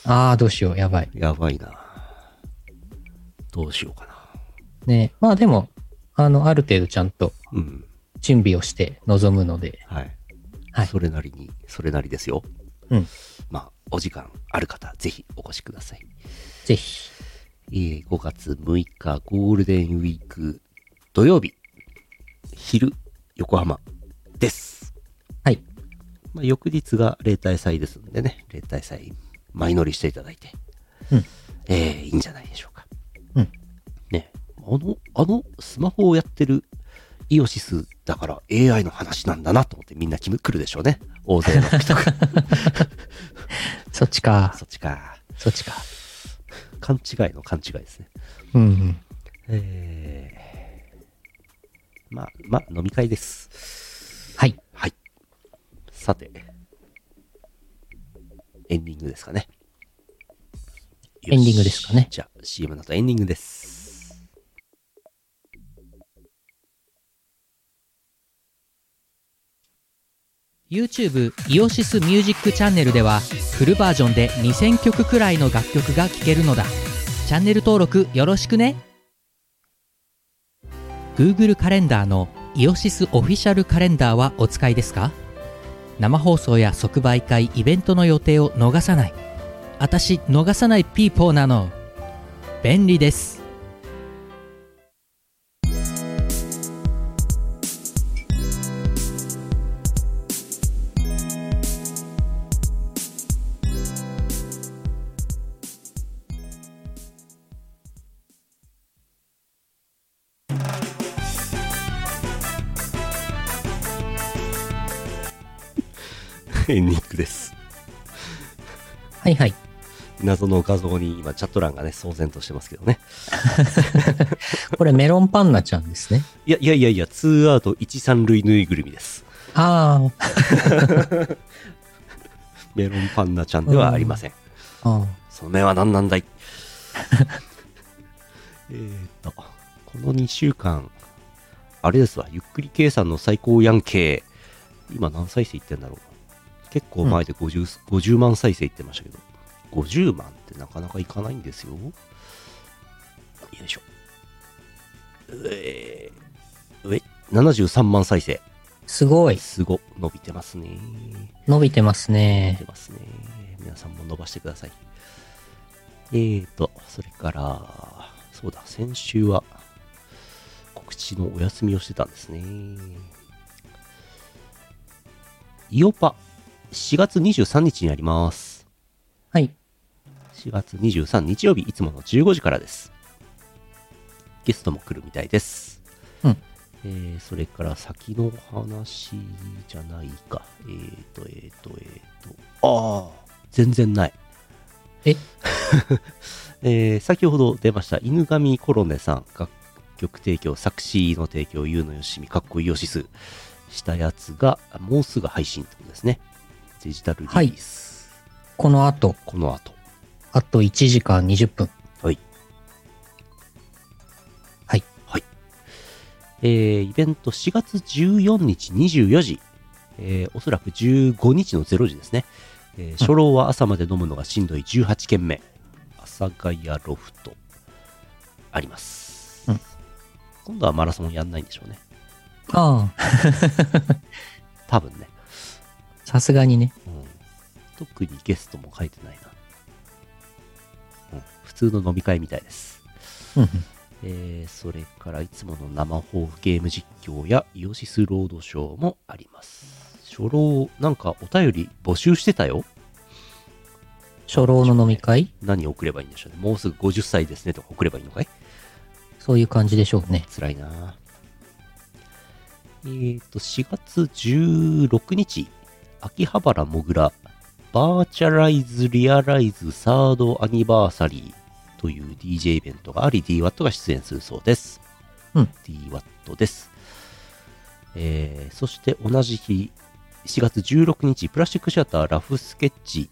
S1: ああ、どうしよう。やばい。
S2: う。やばいな。どうしようかな。
S1: ね。まあでも、あの、ある程度ちゃんと
S2: うん。
S1: 準備をして臨むので。
S2: はい。
S1: はい
S2: それなりに、それなりですよ。
S1: うん。
S2: まあ、お時間ある方、ぜひお越しください。
S1: ぜひ。
S2: えー5月6日ゴールデンウィーク土曜日、昼、横浜です。
S1: はい。
S2: まあ、翌日が例大祭ですんでね、例大祭、前乗りしていただいて、
S1: うん
S2: えーいいんじゃないでしょうか。
S1: うん
S2: ね、あの、あの、スマホをやってるイオシスだから AI の話なんだなと思ってみんな来るでしょうね。大勢の 人が。
S1: そっちか。
S2: そっちか。
S1: そっちか。
S2: 勘違いの勘違いですね。
S1: うんうん。
S2: えー、まあ、まあ、飲み会です。
S1: はい。
S2: はい。さて、エンディングですかね。よし
S1: エンディングですかね
S2: じゃあ、CM の後エンディングです。
S3: YouTube イオシスミュージックチャンネルではフルバージョンで2000曲くらいの楽曲が聴けるのだチャンネル登録よろしくね Google カレンダーのイオシスオフィシャルカレンダーはお使いですか生放送や即売会イベントの予定を逃さない私逃さないピーポーなの便利です
S2: エンディングです。
S1: はいはい。
S2: 謎の画像に今、チャット欄がね、騒然としてますけどね。
S1: これメロンパンナちゃんですね。
S2: いや、いやいやいや、ツーアウト1、三塁ぬいぐるみです。
S1: あー
S2: メロンパンナちゃんではありません。
S1: あー。
S2: その目は何なんだい えーっと、この2週間、あれですわ、ゆっくり計算の最高ヤンケー、今何再生いってんだろう。結構前で 50,、50万再生いってましたけど、50万ってなかなかいかないんですよ。よいしょ。うえー、うえ、73万再生。
S1: すごい。
S2: すご、伸びてますね。
S1: 伸びてます
S2: 見
S1: ね
S2: て。ますね。皆さんも伸ばしてください。えーと、それから、そうだ、先週は告知のお休みをしてたんですね。イオパ、4月23日にあります。
S1: はい。
S2: 4月23日曜日、いつもの15時からです。ゲストも来るみたいです。
S1: うん
S2: えーそれから先の話じゃないか。えー、と、えー、と、えー、と、ああ、全然ない。
S1: え
S2: えー先ほど出ました、犬神コロネさん、楽曲提供、作詞の提供、ゆうのよしみ、かっこいいよしす、したやつが、もうすぐ配信ってことですね。デジタルリリース。
S1: この後、
S2: この後。
S1: あと1時間20分。
S2: えーイベント4月14日24時、えーおそらく15日の0時ですね、えー初老は朝まで飲むのがしんどい18軒目阿佐ヶ谷ロフトあります、
S1: うん
S2: 今度はマラソンやんないんでしょうね
S1: ああ。
S2: 多分ね、
S1: さすがにね。
S2: うん、特にゲストも書いてないな、うん、普通の飲み会みたいです
S1: うんうん
S2: えーそれからいつもの生放ゲーム実況やイオシスロードショーもあります。初老、なんかお便り募集してたよ。
S1: 初老の飲み会
S2: 何送ればいいんでしょうね。もうすぐ50歳ですねとか送ればいいのかい
S1: そういう感じでしょうね。
S2: 辛いなえー、と、4月16日、秋葉原もぐら、バーチャライズリアライズサードアニバーサリーという DJ イベントがあり、DWAT が出演するそうです。
S1: うん
S2: DWAT です。えー、そして同じ日、4月16日、プラスチックシアターラフスケッチ、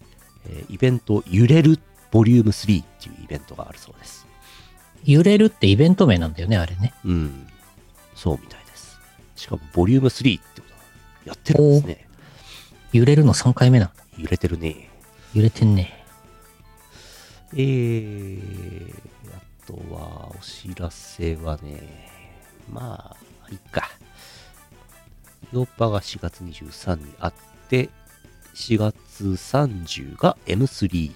S2: えーイベント揺れるボリューム3っていうイベントがあるそうです。
S1: 揺れるってイベント名なんだよね、あれね。
S2: うん。そうみたいです。しかも、ボリューム3ってことはやってるんですね。
S1: 揺れるの3回目なんだ。
S2: 揺れてるね。
S1: 揺れてんね。
S2: えー、あとは、お知らせはね、まあ、いいか。ヨーパが4月23にあって、4月30が M3。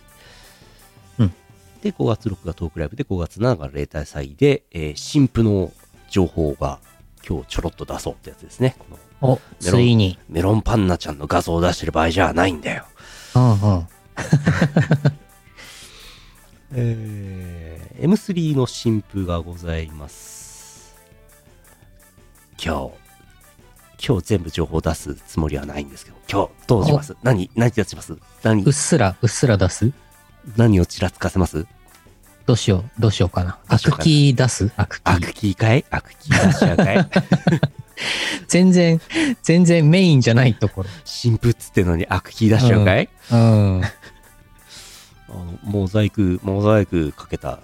S1: うん
S2: で、5月6がトークライブで、5月7が例大祭で、えー新婦の情報が今日ちょろっと出そうってやつですね。この
S1: お、
S2: メロン
S1: ついに。
S2: メロンパンナちゃんの画像を出してる場合じゃないんだよ。
S1: うんうん。
S2: えー、M3 の新譜がございます。今日、今日全部情報出すつもりはないんですけど、今日どうします何、何出します何
S1: うっ、すら、うっすら出す
S2: 何をちらつかせます
S1: どうしよう、どうしようかな。
S2: どう
S1: ア
S2: しよう
S1: ク
S2: かな
S1: キー出すアクキ
S2: ア
S1: ー。
S2: クキーかいアクキー出しちゃうかい
S1: 全然、全然メインじゃないところ。
S2: 新譜っつってのにアクキー出しちゃうかい、
S1: うん。
S2: あのモザイク、モザイクかけた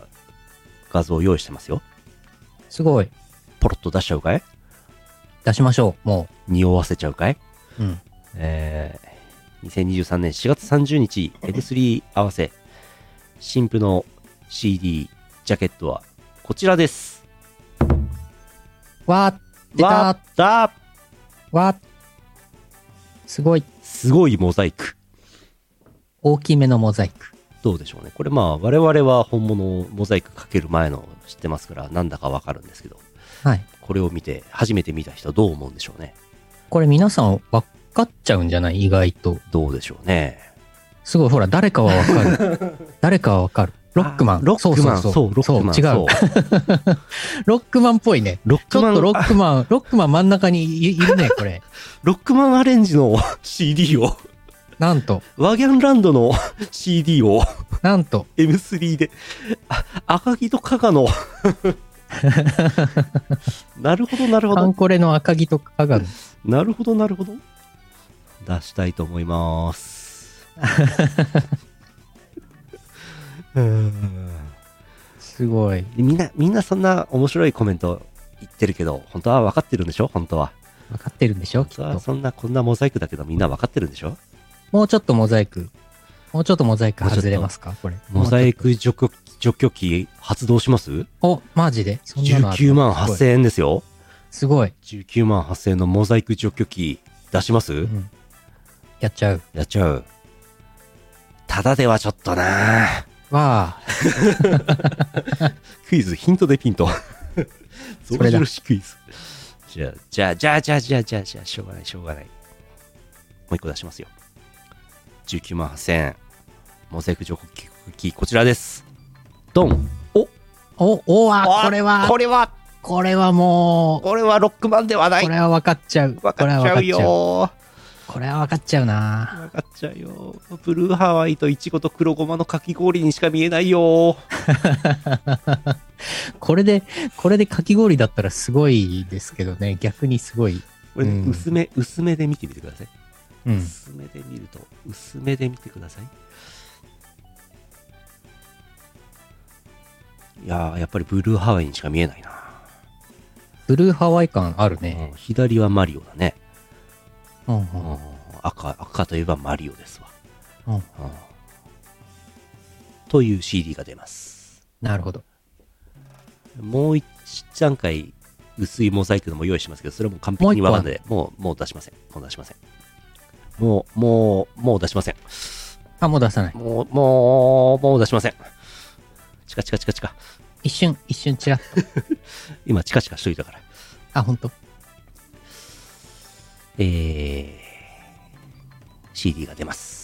S2: 画像を用意してますよ。
S1: すごい。
S2: ポロッと出しちゃうかい
S1: 出しましょう、も。
S2: 匂わせちゃうかいう
S1: うん。
S2: えー2023年4月30日 M3 合わせ新婦の CD ジャケットはこちらです
S1: わー、出
S2: わ
S1: た
S2: った
S1: わー。すごい。
S2: すごいモザイク
S1: 大きめのモザイク。
S2: どうでしょうねこれまあ我々は本物をモザイクかける前の知ってますからなんだかわかるんですけど
S1: はい。
S2: これを見て初めて見た人はどう思うんでしょうね
S1: これ皆さん分かっちゃうんじゃない意外と。
S2: どうでしょうね
S1: すごい、ほら、誰かは分か る。誰かは分かる。ロックマ
S2: あ
S1: ン。
S2: ーロックマンそう
S1: そう
S2: ロックマン
S1: そう違う。
S2: そう
S1: ロックマンっぽいね。
S2: ロッ
S1: ち
S2: ク
S1: ょ
S2: マ
S1: っと
S2: ン
S1: ロック マン、ロックマン真ん中にいいるね、これ。
S2: ロックマンアレンジの CD を
S1: なんと、
S2: ワギャンランドの CD を
S1: なんと、
S2: M3 で、あ赤木と加賀 の。なるほど、なるほ
S1: カン
S2: ど。
S1: コレの赤木とかが、
S2: なるほど、なるほど。出したいと思 います。うーん
S1: すごい。
S2: みんな、みんなそんな面白いコメント言ってるけど、本当は分かってるんでしょ本当は。
S1: 分かってるんでしょ、
S2: 本
S1: きっ
S2: 当は
S1: と。
S2: そんな、こんなモザイクだけどみんな分かってるんでしょ
S1: もうちょっとモザイク。もうちょっとモザイク外れますかこれ。
S2: モザイ
S1: もう
S2: ク除去除去機発動します
S1: ちょっと。お、マジでそんなのある
S2: ?19 万8000円ですよ。
S1: すごい。
S2: 19万8000円のモザイク除去機出します、
S1: うんやっちゃう。
S2: やっちゃう。ただではちょっとな
S1: わあ、
S2: クイズ、ヒントでピ ント。
S1: それだ
S2: 象印クイズ。じゃあ、じゃあ、じゃあ、じゃあ、じゃあ、じゃあ、じゃあ、しょうがない、しょうがない。もう一個出しますよ。19万8000円。モザイク除去機、こちらです。ドン。
S1: お、お、あ、
S2: あ
S1: これは、
S2: これは
S3: これはも
S2: これはロックマンでは
S3: う、
S2: ない
S3: これは分かっちゃう。
S2: 分か
S3: これは
S2: っち
S3: 分か
S2: ゃ
S3: っ
S2: う
S3: ちゃう。
S2: よ
S3: これは分かっちゃうな。
S2: 分かっちゃうよブルーハワイとイチゴと黒ごまのかき氷にしか見えないよ
S1: これで、これでかき氷だったらすごいですけどね、逆にすごい。
S2: これね、
S1: うん
S2: 薄め薄めで見てみてください、
S1: うん。
S2: 薄めで見ると薄めで見てくださいいやーやっぱりブルーハワイにしか見えないな、
S1: ブルーハワイ感あるね。
S2: うん左はマリオだね、
S1: うんう
S2: うん
S1: ん
S2: 赤赤といえばマリオですわ、
S1: うん
S2: うんという CD が出ます
S1: なるほど。
S2: もう一段階薄いモザイクのも用意しますけど、それはもう完璧に分かんないで、もう、もう出しません。もう出しません。もう、もう、もう出しません。
S1: あ、もう出さない。
S2: もう、もう、もう出しません。チカチカチカチカ。
S1: 一瞬、一瞬ちらっと。
S2: 今、チカチカしといたから。
S1: あ、本当。
S2: えー、CD が出ます。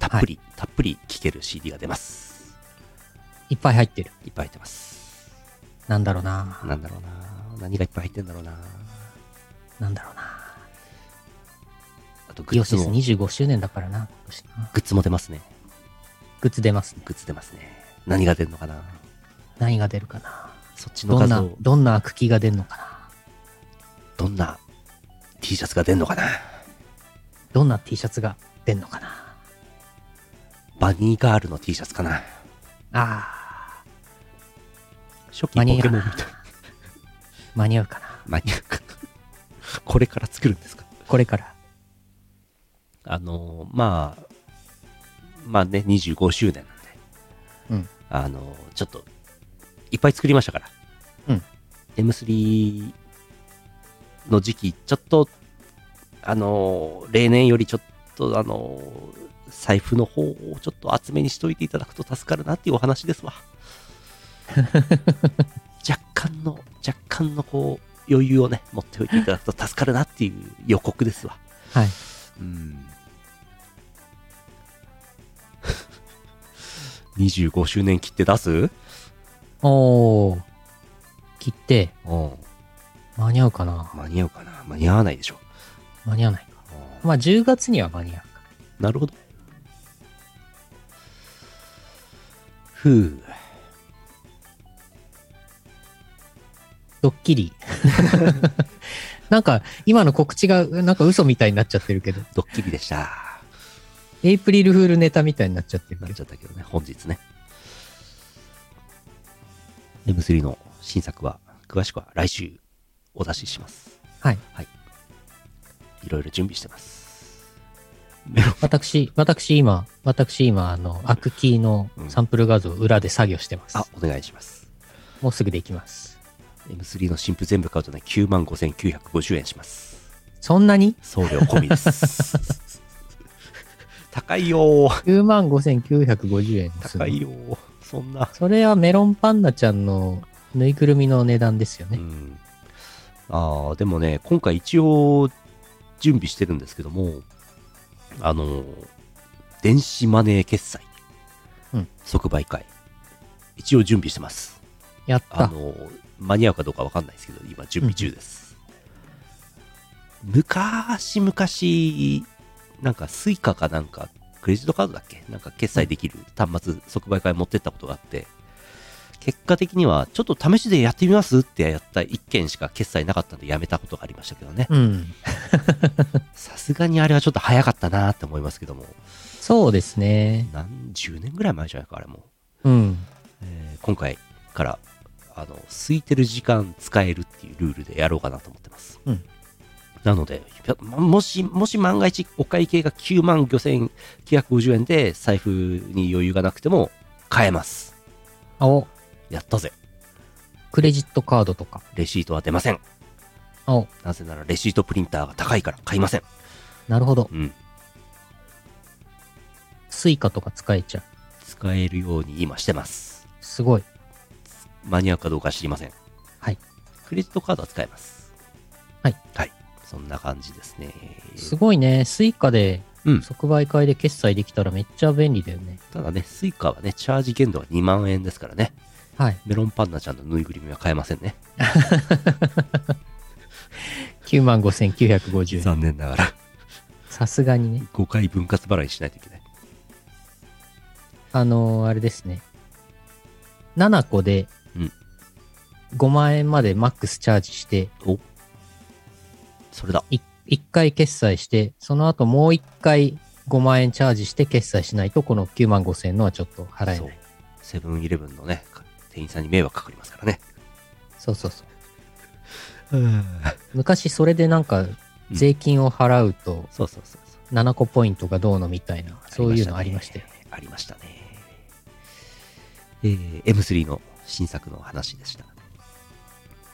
S2: たっぷり、たっぷり聴ける CD が出ます。
S1: いっぱい入ってる。
S2: いっぱい入ってます。
S1: なんだろうな。
S2: なんだろうな何がいっぱい入ってんだろうな
S1: なんだろうな。
S2: あと、グ
S1: イオ
S2: ッズ
S1: シス
S2: も、
S1: 25周年だからな。今年な
S2: グッズも出ますね。
S1: グッズ出ますね。
S2: グッズ出ますね。何が出るのかな
S1: 何が出るかな。
S2: そっちの
S1: どん
S2: 数を
S1: な、どんな悪気が出るのかな。
S2: どんな T シャツが出んのかな
S1: どんな T シャツが出るのかな。
S2: バニーガールの T シャツかな
S1: あ
S2: 初期ポ
S1: 間に合う
S2: ケモンみたい
S1: ー、間に合うかな。
S2: 間に合うかなこれから作るんですか
S1: これから。
S2: あのーまあまあね25周年なんで、
S1: うん
S2: あのーちょっといっぱい作りましたから、
S1: うん、
S2: M3 の時期ちょっとあのー例年よりちょっとあのー財布の方をちょっと厚めにしといていただくと助かるなっていうお 話ですわ若干の若干のこう余裕をね持っておいていただくと助かるなっていう予告ですわ
S1: はい。
S2: うん、25周年切って出すうん。
S1: おー。切って、間に合うかな。
S2: 間に合うかな間に合わないでしょ。
S1: 間に合わないか。まあ、10月には間に合うか。
S2: なるほど。ふう。
S1: ドッキリ。 なんか、今の告知が、なんか嘘みたいになっちゃってるけど、
S2: ドッキリでした。
S1: エイプリルフールネタみたいになっちゃってる
S2: な
S1: け
S2: っ
S1: ど。
S2: ちゃったけどね、本日ね。M3 の新作は、詳しくは来週お出しします。
S1: はい。
S2: いろいろ準備してます。メロン
S1: 私、私今、私今、あの、アクキーのサンプル画像、裏で作業してます。
S2: あ、お願いします。
S1: もうすぐできます。
S2: M3 の新譜全部買うとね、9万5950円します。
S1: そんなに
S2: 送料込みです。 高いよー
S1: ?95,950 円す
S2: 高
S1: る
S2: い。よーそんな。
S1: それはメロンパンナちゃんのぬいぐるみの値段ですよ
S2: う
S1: ね。
S2: ん。ああ、でもね、今回一応準備してるんですけども、あのー、電子マネー決済、
S1: うん
S2: 即売会、一応準備してます。
S1: やった。
S2: あの、間に合うかどうかわかんないですけど、今準備中です。昔昔、なんかスイカかなんか、クレジットカードだっけなんか決済できる端末即売会持ってったことがあって、結果的にはちょっと試しでやってみますってやった1件しか決済なかったんでやめたことがありましたけどね。
S1: うん。
S2: さすがにあれはちょっと早かったなって思いますけども、
S1: そうですね。
S2: 何十年ぐらい前じゃないか、あれも。
S1: うん。
S2: えー今回からあの空いてる時間使えるっていうルールでやろうかなと思ってます、
S1: うん
S2: なのでひょももしもし万が一お会計が9万5950円で財布に余裕がなくても買えます
S1: お、
S2: やったぜ
S1: クレジットカードとか。
S2: レシートは出ません
S1: お、
S2: なぜならレシートプリンターが高いから買いません
S1: なるほど。
S2: うん
S1: スイカとか使えちゃう。
S2: 使えるように今してます
S1: すごい。
S2: 間に合うかどうか知りません
S1: はい
S2: クレジットカードは使えます
S1: はい
S2: はいそんな感じですね
S1: すごいね。スイカで
S2: うん
S1: 即売会で決済できたらめっちゃ便利だよね。
S2: ただね、スイカはね、チャージ限度は2万円ですからね。
S1: はい。
S2: メロンパンナちゃんのぬいぐるみは買えませんね。
S1: 95,950円。
S2: 残念ながら。
S1: さすがにね。
S2: 5回分割払いしないといけない。
S1: あのーあれですね。7個で
S2: うん、
S1: 5万円までマックスチャージして、
S2: それだ。
S1: い1回決済して、その後もう1回5万円チャージして決済しないと、この9万5千円のはちょっと払え
S2: そ
S1: な
S2: う
S1: い。。
S2: セブンイレブンのね、店員さんに迷惑かかりますからね。
S1: そうそうそう。昔それでなんか、税金を払うと
S2: そうそうそうそう。
S1: 7個ポイントがどうのみたいな、そういうのありましたよね。
S2: ね。ありましたね。えー、M3 の新作の話でした。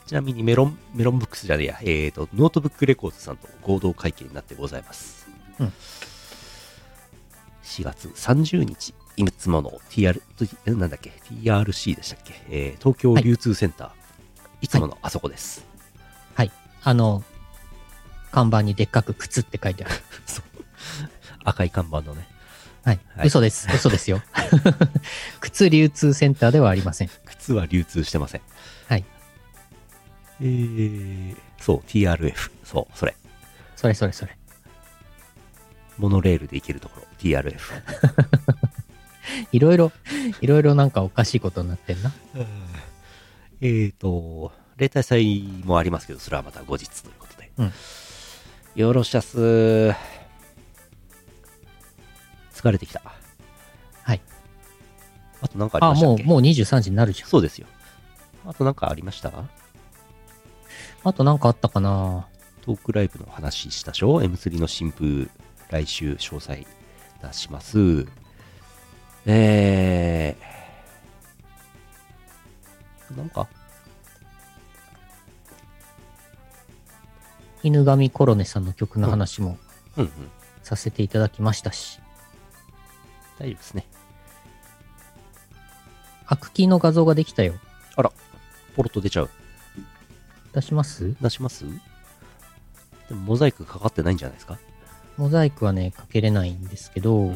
S2: ちなみにメロン、メロンブックスじゃねえや、えーと、ノートブックレコードさんと合同会見になってございます。
S1: うん
S2: 4月30日、いつもの TR、えなんだっけ、TRC でしたっけ、えー東京流通センター、い、つものあそこです。
S1: あの、看板にでっかく靴って書いてある。
S2: 赤い看板のね、
S1: はい。
S2: はい
S1: 嘘です。嘘ですよ。 靴流通センターではありません。
S2: 靴は流通してません。
S1: はい。
S2: えー、そう、TRF。そう、それ。
S1: それそれそれ。
S2: モノレールで行けるところ、TRF。
S1: いろいろ、いろいろなんかおかしいことになってんな。
S2: えーと、例大祭もありますけど、それはまた後日ということで。
S1: うん
S2: よろしゃすー。疲れてきた。
S1: はい。
S2: あとなんかあり
S1: あ
S2: ました
S1: も
S2: っ
S1: う、
S2: け
S1: もう23時になるじゃん。
S2: そうですよ。あとなんかありました
S1: あとなんかあったかな
S2: トークライブの話したでしょ ?M3 の新風、来週詳細出します。えー、なんか、
S1: 犬神コロネさんの曲の話も
S2: うんうん、
S1: させていただきましたし、
S2: 大丈夫ですね。
S1: アクキーの画像ができたよ。
S2: ポロッと出ちゃう。
S1: 出します
S2: 出しますでもモザイクかかってないんじゃないですか
S1: モザイクはね、かけれないんですけど、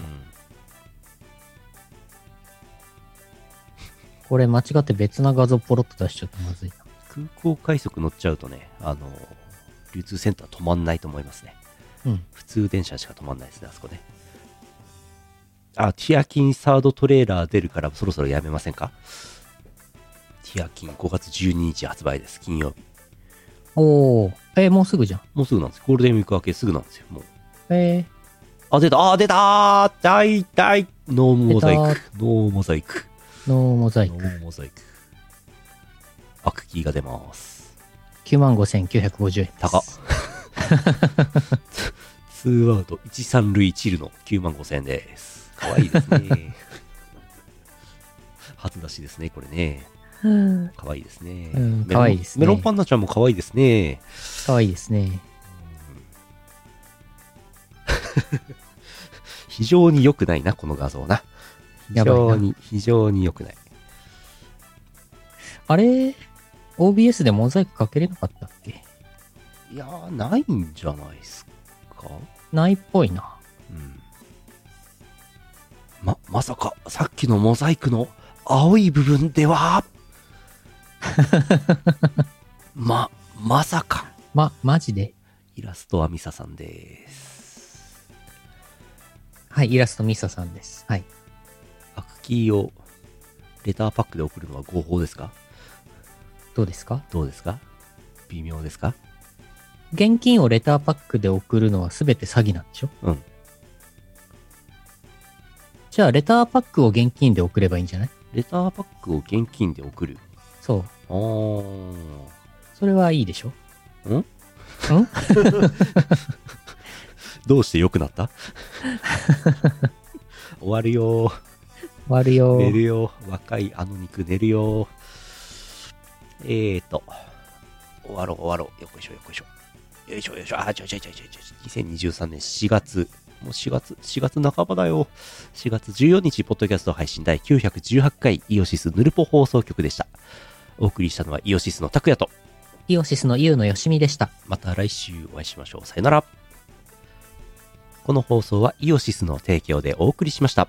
S1: これ間違って別な画像ポロッと出しちゃったまずいな。
S2: 空港快速乗っちゃうとね、あの、流通センター止まんないと思いますね。
S1: うん。
S2: 普通電車しか止まんないですね、あそこね。あ、ティアキンサードトレーラー出るからそろそろやめませんかティアキン5月12日発売です、金曜日。
S1: おー。えーもうすぐじゃん。
S2: もうすぐなんです。ゴールデンウィーク明けすぐなんですよ、もう。
S1: え
S2: あ、出たあ、出たー大体ノーモザイク
S1: 出。
S2: ノーモザイク。
S1: ー、ノーモザイ
S2: ノ
S1: ク。
S2: ーモザイク。アクキーが出ます。
S1: 95,950円。
S2: 高っ。ツーアウト1、三塁1塁の9万5千円です。かわいいですね。初出しですね、これね。
S1: うん。
S2: かわいいですね。
S1: うん
S2: メロン
S1: 可愛いですね
S2: メロンパンナちゃんもかわいいですね。
S1: かわいいですね。
S2: 非常に良くないな、この画像な。非
S1: やばいな
S2: 常に、非常に良くない。
S1: あれ ?OBS でモザイクかけれなかったっけ
S2: いやー、ないんじゃないですか。
S1: ないっぽいな。
S2: うんま、まさか、さっきのモザイクの青い部分 ではま、まさか。
S1: ま、マジで。
S2: イラストはミサさんです。
S1: はい、イラストミサさんです。はい。
S2: アクキーをレターパックで送るのは合法ですか
S1: どうですか
S2: どうですか微妙ですか
S1: 現金をレターパックで送るのは全て詐欺なんでしょ
S2: うん。
S1: じゃあ、レターパックを現金で送ればいいんじゃない
S2: レターパックを現金で送る。
S1: そう。
S2: あー。
S1: それはいいでしょ
S2: ん
S1: ん
S2: どうして良くなった 終わるよー。
S1: 悪いよ
S2: 寝るよ。若いあの肉寝るよ。えーと、終わろう終わろう。よこいしょよこいしょ。よいしょよいしょ。あ、ちょいちょいちょいちょいちょい。2023年4月。もう4月、4月半ばだよ。4月14日、ポッドキャスト配信第918回、イオシスヌルポ放送局でした。お送りしたのはイオシスの拓也と、
S1: イオシスのユウのよしみでした。
S2: また来週お会いしましょう。さよなら。この放送はイオシスの提供でお送りしました。